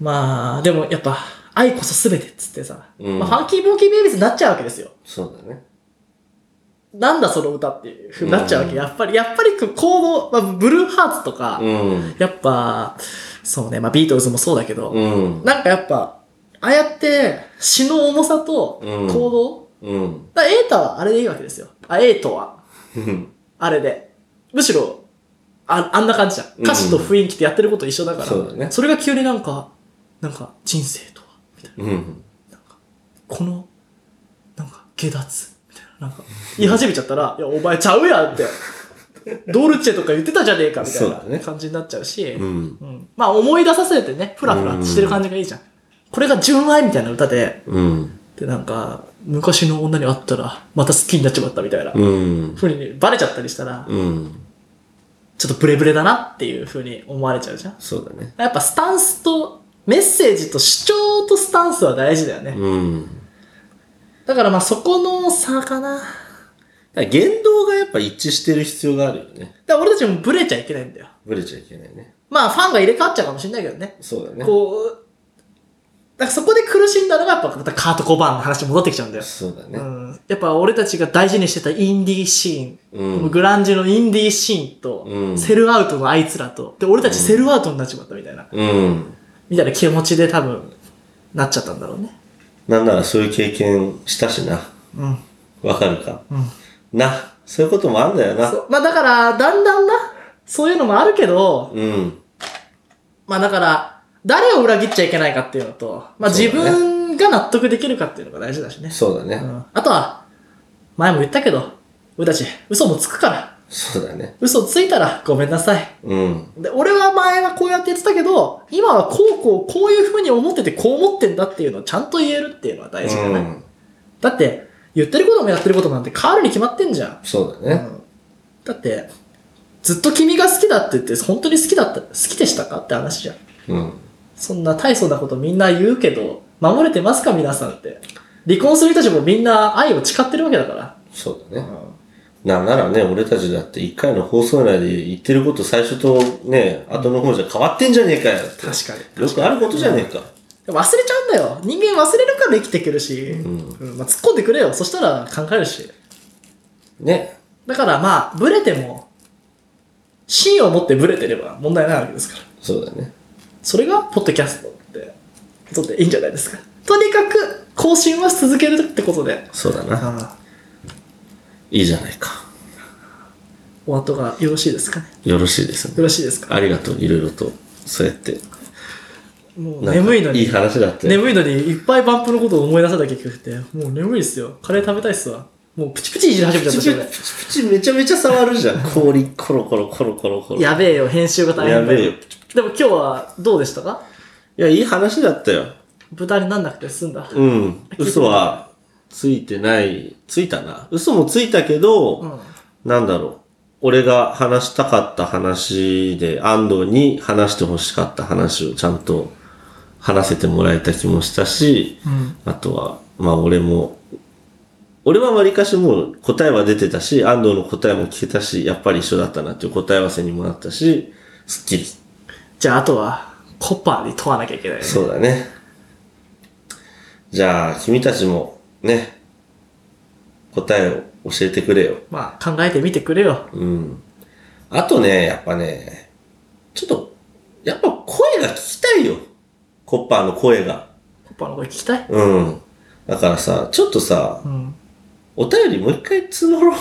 Speaker 2: まあ、でもやっぱ、愛こそ全てっつってさ、
Speaker 1: うん
Speaker 2: まあ、ファンキーボーキーベイビーズになっちゃうわけですよ。
Speaker 1: そうだね。
Speaker 2: なんだその歌っていうふうになっちゃうわけ。
Speaker 1: うん
Speaker 2: やっぱり、やっぱりこう行動、まあ、ブルーハーツとか、
Speaker 1: うん。
Speaker 2: やっぱ、そうね、まあビートルズもそうだけど、
Speaker 1: うん。
Speaker 2: なんかやっぱ、ああやって詩の重さと
Speaker 1: うん
Speaker 2: 行動、
Speaker 1: うん。
Speaker 2: だからエータはあれでいいわけですよ。あ、エイトは、
Speaker 1: うん
Speaker 2: あれで。むしろ、ああんな感じじゃん。
Speaker 1: ん
Speaker 2: 歌詞と雰囲気ってやってること一緒だから、
Speaker 1: そうだね
Speaker 2: それが急になんか、なんか人生とは、みたいな。
Speaker 1: うん。
Speaker 2: この、なんか、下脱、みたいな。なんか、言い始めちゃったら、いや、お前ちゃうやんって。ドルチェとか言ってたじゃねえか、みた
Speaker 1: そうだ
Speaker 2: い
Speaker 1: ね
Speaker 2: な感じになっちゃうし。
Speaker 1: うん。
Speaker 2: うんまあ思い出させてね、ふらふらしてる感じがいいじゃん。これが純愛みたいな歌で、
Speaker 1: うん。
Speaker 2: でなんか、昔の女に会ったら、また好きになっちまったみたいな、
Speaker 1: うん。
Speaker 2: ふうにバレちゃったりしたら、
Speaker 1: うん。
Speaker 2: ちょっとブレブレだなっていうふうに思われちゃうじゃん。
Speaker 1: そうだね。
Speaker 2: やっぱスタンスと、メッセージと主張とスタンスは大事だよね。
Speaker 1: うん。
Speaker 2: だからまあそこの差かな。だ
Speaker 1: だ
Speaker 2: か
Speaker 1: から言動がやっぱ一致してる必要があるよね。
Speaker 2: ら俺たちもブレちゃいけないんだよ。
Speaker 1: ブレちゃいけないね。
Speaker 2: まあファンが入れ替わっちゃうかもしれないけどね。
Speaker 1: そうだね。
Speaker 2: こう、だからそこで苦しんだのがやっぱまたカート・コバーンの話に戻ってきちゃうんだよ。
Speaker 1: そうだ
Speaker 2: う
Speaker 1: ね。
Speaker 2: んやっぱ俺たちが大事にしてたインディーシ
Speaker 1: う
Speaker 2: ーン、
Speaker 1: ん。
Speaker 2: グランジのインディーシーンと、
Speaker 1: うん
Speaker 2: セルアウトのあいつらと、で、俺たちセルアウトになっちまったみたいな、
Speaker 1: うん。
Speaker 2: みたいな気持ちで多分、なっちゃったんだろうね。
Speaker 1: なんならそういう経験したしな。
Speaker 2: うん。
Speaker 1: わかるか。
Speaker 2: うん。
Speaker 1: な、そういうこともあんだよな。
Speaker 2: そうまあだから、だんだんな、そういうのもあるけど、
Speaker 1: うん。
Speaker 2: まあだから、誰を裏切っちゃいけないかっていうのと、まあ
Speaker 1: そう
Speaker 2: 自
Speaker 1: だね
Speaker 2: 分が納得できるかっていうのが大事だしね。
Speaker 1: そうだ
Speaker 2: う
Speaker 1: ね。
Speaker 2: んあとは、前も言ったけど、俺たち、嘘もつくから、
Speaker 1: そうだね。
Speaker 2: 嘘ついたらごめんなさい。
Speaker 1: うん。
Speaker 2: で、俺は前はこうやって言ってたけど、今はこうこう、こういう風に思っててこう思ってんだっていうのをちゃんと言えるっていうのは大事だね。
Speaker 1: うん。
Speaker 2: だって、言ってることもやってることなんて変わるに決まってんじゃん。
Speaker 1: そう
Speaker 2: う
Speaker 1: だね。
Speaker 2: んだって、ずっと君が好きだって言って、本当に好きだった、好きでしたかって話じゃん。
Speaker 1: うん。
Speaker 2: そんな大層なことみんな言うけど、守れてますか皆さんって。離婚する人たちもみんな愛を誓ってるわけだから。
Speaker 1: そうだね。
Speaker 2: うん
Speaker 1: なんならね、俺たちだって一回の放送内で言ってること最初とね、後の方じゃ変わってんじゃねえかよって。
Speaker 2: 確かに
Speaker 1: よくあることじゃねえか。
Speaker 2: でも忘れちゃうんだよ。人間忘れるから生きてくるし、
Speaker 1: う
Speaker 2: うんまあ、突っ込んでくれよ。そしたら考えるし。
Speaker 1: ね。
Speaker 2: だからまあ、ブレても、芯を持ってブレてれば問題ないわけですから。
Speaker 1: そうだね。
Speaker 2: それが、ポッドキャストって、ことでいいんじゃないですか。とにかく、更新は続けるってことで、
Speaker 1: そうだな。
Speaker 2: ああ
Speaker 1: いいじゃないか。
Speaker 2: お後がよろしいですかね。
Speaker 1: よろしいですね。
Speaker 2: よろしいですか。
Speaker 1: ありがとう、いろいろと。そうやって。
Speaker 2: もう
Speaker 1: なんか
Speaker 2: 眠いのに、
Speaker 1: いい話だったよ。
Speaker 2: 眠いのにいっぱいバンプのことを思い出さなきゃいけなくて、もう眠いですよ。カレー食べたいっすわ。もうプチプチいじり始めちゃった
Speaker 1: プ
Speaker 2: し
Speaker 1: チプチプチプチめちゃめちゃ触るじ
Speaker 2: [LAUGHS]
Speaker 1: ゃん。氷コロコロコロコロコロ。
Speaker 2: やべえよ、編集が大変だ
Speaker 1: やべえよ
Speaker 2: でも今日はどうでしたか
Speaker 1: いや、いい話だったよ。
Speaker 2: 豚になんなくて済んだ。
Speaker 1: うん。嘘はついてない。ついたな。嘘もついたけど、
Speaker 2: うん。
Speaker 1: なんだろう。俺が話したかった話で、安藤に話して欲しかった話をちゃんと話せてもらえた気もしたし、
Speaker 2: うん。
Speaker 1: あとは、まあ俺も、俺はわりかしもう答えは出てたし、安藤の答えも聞けたし、やっぱり一緒だったなっていう答え合わせにもなったし、すっきり。
Speaker 2: じゃああとは、コッパーに問わなきゃいけないね。
Speaker 1: そうだね。じゃあ、君たちも、ね、答えを教えてくれよ。
Speaker 2: まあ、考えてみてくれよ。
Speaker 1: うん。あとね、やっぱね、ちょっと、やっぱ声が聞きたいよ。コッパーの声が。
Speaker 2: コッパーの声聞きたい
Speaker 1: うん。だからさ、ちょっとさ
Speaker 2: う、ん。
Speaker 1: お便りもう一回募ろ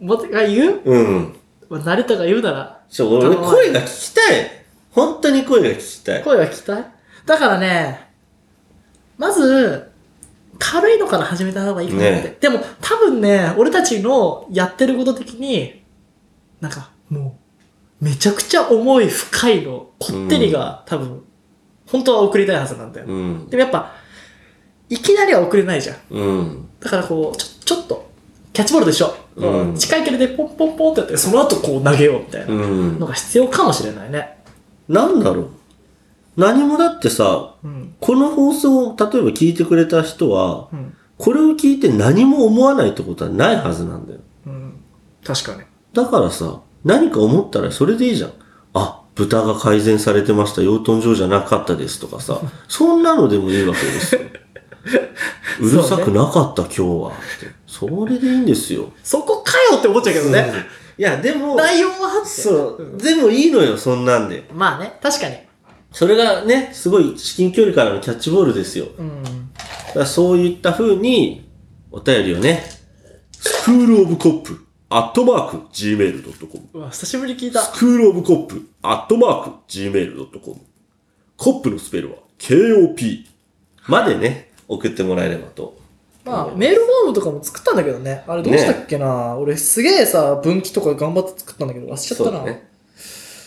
Speaker 2: もてが言う
Speaker 1: う。うん。
Speaker 2: まあ成田が言うなら、
Speaker 1: ちょ、俺、
Speaker 2: 頼むわ
Speaker 1: 声が聞きたい。本当に声が聞きたい。
Speaker 2: 声は聞きたいだからね、まず、軽いのから始めた方がいいかなって。
Speaker 1: ね
Speaker 2: でも、多分ね、俺たちのやってること的に、なんか、もう、めちゃくちゃ重い深いの、こってりが、多分、本当は送りたいはずなんだよ。
Speaker 1: うん
Speaker 2: で。もやっぱ、いきなりは送れないじゃん。
Speaker 1: うん。
Speaker 2: だからこう、ちょ、ちょっと、キャッチボールでしょ。
Speaker 1: うん
Speaker 2: 近い距離でポンポンポンってやって、その後こう投げようみたいな
Speaker 1: うん
Speaker 2: の。が必要かもしれないね。
Speaker 1: なんだろう。何もだってさ、
Speaker 2: うん。
Speaker 1: この放送を例えば聞いてくれた人は
Speaker 2: う、ん。
Speaker 1: これを聞いて何も思わないってことはないはずなんだよ。
Speaker 2: うん。確かに。
Speaker 1: だからさ、何か思ったらそれでいいじゃん。あ、豚が改善されてました。養豚場じゃなかったですとか
Speaker 2: [LAUGHS]
Speaker 1: さ。そんなのでもいいわけですよ。うるさくなかった、今日はって。それでいいんですよ。
Speaker 2: そこかよって思っちゃうけどね。
Speaker 1: いや、でも
Speaker 2: 内容はあって。
Speaker 1: そう、でもいいのよ、そんなんで。
Speaker 2: まあね、確かに。
Speaker 1: それがね、すごい至近距離からのキャッチボールですよ。
Speaker 2: うん。
Speaker 1: だからそういった風に、お便りをね、スクールオブコップ、アットマーク、gmail.com。
Speaker 2: うわ、久しぶりに聞いた。
Speaker 1: スクールオブコップ、アットマーク、gmail.com。コップのスペルは、KOP。までね、送ってもらえればと。
Speaker 2: まあ、メールフォームとかも作ったんだけどね。あれどうしたっけな、俺すげえさ、分岐とか頑張って作ったんだけど忘れちゃった
Speaker 1: そう
Speaker 2: な。
Speaker 1: だね。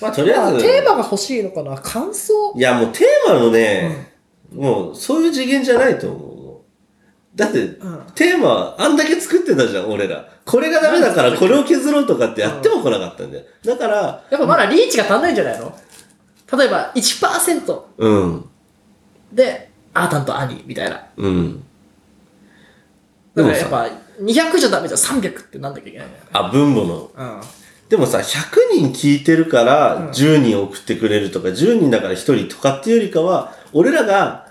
Speaker 1: まあ、とりあ
Speaker 2: ま
Speaker 1: え
Speaker 2: あ
Speaker 1: ず、
Speaker 2: テーマが欲しいのかな感想
Speaker 1: いや、もうテーマのね、もう、そういう次元じゃないと思う。だって、
Speaker 2: うん。
Speaker 1: テーマ、あんだけ作ってたじゃん、俺ら。これがダメだから、これを削ろうとかってやっても来なかったんだよ。だから、
Speaker 2: やっぱまだリーチが足んないんじゃないの例えば1%
Speaker 1: うん、
Speaker 2: で、あーたんと兄みたいな。
Speaker 1: うん。で
Speaker 2: だか
Speaker 1: も
Speaker 2: らや
Speaker 1: さ、
Speaker 2: っぱ200じゃダメじゃん、300ってなんだきゃいけないんだよね。
Speaker 1: あ、分母の
Speaker 2: うん。
Speaker 1: でもさ、100人聞いてるか
Speaker 2: うん
Speaker 1: ら10人送ってくれるとか、10人だから1人とかっていうよりかは、俺らが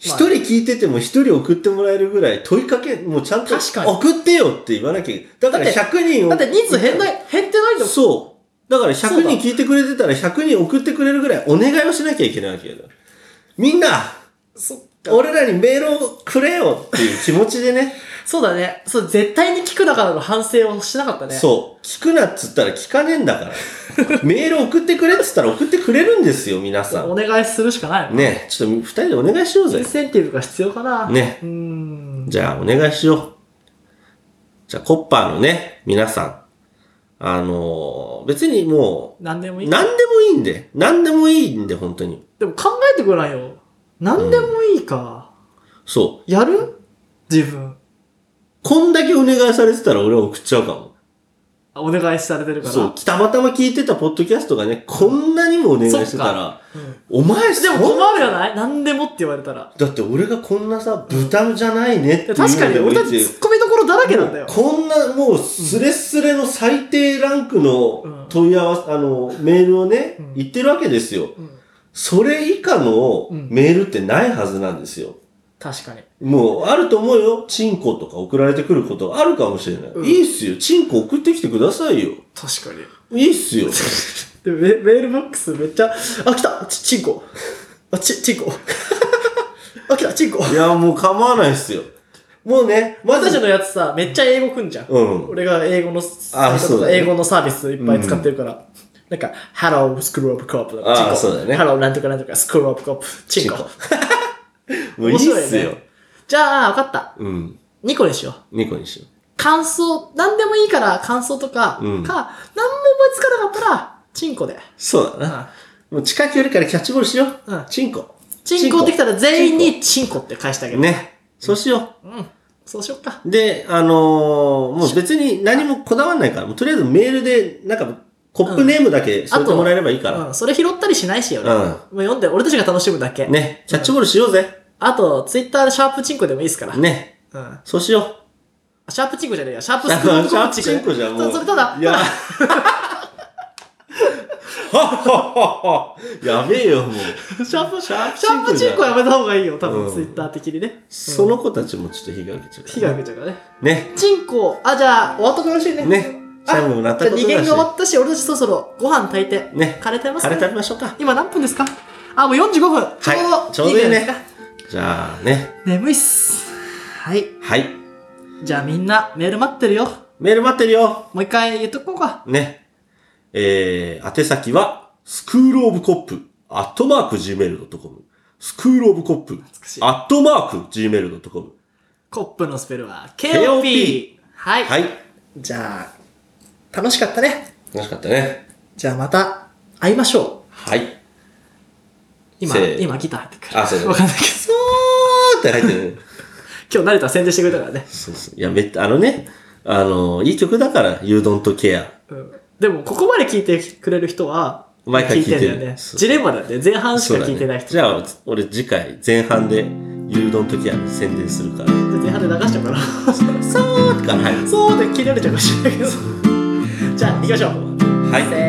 Speaker 1: 1人聞いてても1人送ってもらえるぐらい問いかけ、もうちゃんと
Speaker 2: 確かに
Speaker 1: 送ってよって言わなきゃいけない。だ
Speaker 2: だ
Speaker 1: から100人を。
Speaker 2: だって人数減んない、減ってないんだもん。
Speaker 1: そう。だから
Speaker 2: そうだ
Speaker 1: 100人聞いてくれてたら100人送ってくれるぐらいお願いをしなきゃいけないわけだよ。みんな、
Speaker 2: そ
Speaker 1: 俺らにメールをくれよっていう気持ちでね。
Speaker 2: そうだね。そう、絶対に聞くだからの反省をしなか [LAUGHS] ったね。
Speaker 1: そう。聞くなっつったら聞かねえんだから。メール送ってくれっつったら送ってくれるんですよ、皆さ
Speaker 2: お
Speaker 1: ん。
Speaker 2: 願いするしかない。
Speaker 1: ねちょっと二人でお願いしよう
Speaker 2: イ
Speaker 1: ぜ
Speaker 2: ン。センティブが必要かな。
Speaker 1: ね
Speaker 2: うーん。
Speaker 1: じゃあ、お願いしよう。じゃあ、コッパーのね、皆さん。あのー別にも
Speaker 2: 何でも
Speaker 1: う、
Speaker 2: いい。
Speaker 1: 何でもいいんで。何でもいいんで、本当に。
Speaker 2: でも考えてごらんよ。何でもいいか。
Speaker 1: そう。
Speaker 2: やる自分。
Speaker 1: こんだけお願いされてたら俺は送っちゃうかも。
Speaker 2: あお願いされてるから。
Speaker 1: そう。たまたま聞いてたポッドキャストがね、こんなにもお願いしてたら、
Speaker 2: うん
Speaker 1: お前
Speaker 2: で
Speaker 1: で
Speaker 2: も困るじゃない何でもって言われたら。
Speaker 1: だって俺がこんなさ、豚じゃないねっていう
Speaker 2: 確かに、
Speaker 1: の
Speaker 2: 俺
Speaker 1: で
Speaker 2: た
Speaker 1: も
Speaker 2: ち
Speaker 1: いいし
Speaker 2: 突っ込みどころだらけなんだよ。
Speaker 1: こんなもうスレスレの最低ランク
Speaker 2: う
Speaker 1: の
Speaker 2: ん
Speaker 1: 問い合わせ、あの、メールをね
Speaker 2: うん、
Speaker 1: 言ってるわけですよ。
Speaker 2: うん
Speaker 1: それ以下の
Speaker 2: うん
Speaker 1: メールってないはずなんですよ。
Speaker 2: 確かに。
Speaker 1: もう、あると思うよ。チンコとか送られてくることがあるかもしれない。
Speaker 2: うん
Speaker 1: いいっすよ。チンコ送ってきてくださいよ。
Speaker 2: 確かに。
Speaker 1: いいっす
Speaker 2: [LAUGHS]
Speaker 1: よ。
Speaker 2: でメ、メールボックスめっちゃ、あ、来たち、チンコ。あ、ち、チンコ。 [LAUGHS] あ、来たチンコ。
Speaker 1: いや、もう構わないっすよ。もうね、ま
Speaker 2: 私
Speaker 1: ず、
Speaker 2: のやつさ、めっちゃ英語くんじゃん。
Speaker 1: うん。
Speaker 2: 俺が英語のサイト
Speaker 1: そ
Speaker 2: と
Speaker 1: うだ
Speaker 2: か、
Speaker 1: ね
Speaker 2: 英語のサービスいっぱい使ってるから。なんか、Hello, Screw Up Cop. チンコ。
Speaker 1: あーそうだね
Speaker 2: Hello, なんとかなんとか、Screw Up Cop. チンコ
Speaker 1: チン。もういいっすよ。
Speaker 2: ね。じゃあ、わかった。
Speaker 1: うん。
Speaker 2: 2個にしよう。
Speaker 1: 2個にしよ
Speaker 2: 感想、何でもいいから感想とか、
Speaker 1: うん
Speaker 2: か、何も思いつかなかったら、チンコで。
Speaker 1: う。そうだな。もう近距離からキャッチボールしよう。
Speaker 2: うん
Speaker 1: チンコ。
Speaker 2: チンコできたら全員
Speaker 1: チン
Speaker 2: にチンコって返してあげる。。
Speaker 1: ね。そうしよ
Speaker 2: うん。そうしよっか。
Speaker 1: う。で、あのーもう別に何もこだわんないから、もうとりあえずメールで、なんか、コップネームだけ添えてもらえればいいから。
Speaker 2: うん。それ拾ったりしないしよ、俺
Speaker 1: うん
Speaker 2: もう読んで、俺たちが楽しむだけ。。
Speaker 1: ね。キャッチボールしようぜ。
Speaker 2: あと、ツイッターでシャープチンコでもいいですから。。
Speaker 1: ね。
Speaker 2: うん。あ
Speaker 1: そうしよ
Speaker 2: シャープチンコじゃねえや。シャー
Speaker 1: う。
Speaker 2: プスクロール
Speaker 1: シ
Speaker 2: コ
Speaker 1: ャ
Speaker 2: ッ
Speaker 1: ー
Speaker 2: プ
Speaker 1: プ
Speaker 2: チ
Speaker 1: チ
Speaker 2: ン
Speaker 1: ン
Speaker 2: コ
Speaker 1: コ
Speaker 2: ね。
Speaker 1: じゃもう。
Speaker 2: そそれただ、
Speaker 1: い
Speaker 2: [LAUGHS]
Speaker 1: や。は
Speaker 2: た
Speaker 1: っ
Speaker 2: だ
Speaker 1: はっはっはやべえよ、もう。
Speaker 2: シャープ、シ
Speaker 1: シ
Speaker 2: ャ
Speaker 1: ャ
Speaker 2: ー
Speaker 1: ープ
Speaker 2: プチ
Speaker 1: チン
Speaker 2: ンコ
Speaker 1: コじゃん
Speaker 2: やめた方がいいよ、多
Speaker 1: う
Speaker 2: 分、
Speaker 1: ん
Speaker 2: ツイッター的にね。
Speaker 1: その子たちもちょっと被害受けちゃうから。
Speaker 2: 火が受けちゃうからね。
Speaker 1: ね。
Speaker 2: チンコ、あ、じゃあ、終わったかもしれない
Speaker 1: ね。
Speaker 2: あ
Speaker 1: 最後もなっ
Speaker 2: じ
Speaker 1: た
Speaker 2: ゃあ
Speaker 1: こと
Speaker 2: 二限
Speaker 1: だ
Speaker 2: が
Speaker 1: し
Speaker 2: 終。わったし、俺たちそろそろご飯炊いて、
Speaker 1: ね
Speaker 2: カレー食べます
Speaker 1: あ
Speaker 2: か
Speaker 1: れ食べましょうか。
Speaker 2: 今何分ですかあ、もう45分。ちょうど、
Speaker 1: はいちょうどいいね
Speaker 2: じゃなですか。
Speaker 1: じゃあね。
Speaker 2: 眠いっす。はい。
Speaker 1: はい。
Speaker 2: じゃあみんな、メール待ってるよ。
Speaker 1: メール待ってるよ。
Speaker 2: もう一回言っとこうか。
Speaker 1: ね。えー、宛先は、スクールオブコップ、アットマーク gmail.com。スクールオブコップ、
Speaker 2: 美しい
Speaker 1: アットマーク gmail.com。
Speaker 2: コップのスペルは、KOP
Speaker 1: KOP。
Speaker 2: はい。
Speaker 1: はい。
Speaker 2: じゃあ、楽しかったね。
Speaker 1: 楽しかったね。
Speaker 2: じゃあまた、会いましょう。
Speaker 1: はい。
Speaker 2: 今、
Speaker 1: せー
Speaker 2: 今ギター入ってくる。
Speaker 1: あそうだ
Speaker 2: わかんないけど。
Speaker 1: そうーって入ってるね。
Speaker 2: 今日慣れたら宣伝してくれたからね。
Speaker 1: [LAUGHS] そうそう。いや、めっあのね、あの、いい曲だから、You Don't Care。
Speaker 2: うんでも、ここまで聞いてくれる人は、
Speaker 1: 毎回聞いてる
Speaker 2: んだよね。
Speaker 1: そう
Speaker 2: ジレンマだよね。前半し
Speaker 1: そ
Speaker 2: か
Speaker 1: うだ
Speaker 2: 聞いてない
Speaker 1: ね。
Speaker 2: 人。
Speaker 1: じゃあ、俺次回、前半で You Don't Care の宣伝するから。
Speaker 2: じゃあ前半で流しちゃおうかな。
Speaker 1: そうーってから入る。
Speaker 2: そうで切られちゃうかもしれないけど。じゃあ、行きましょう。
Speaker 1: はい。
Speaker 2: せー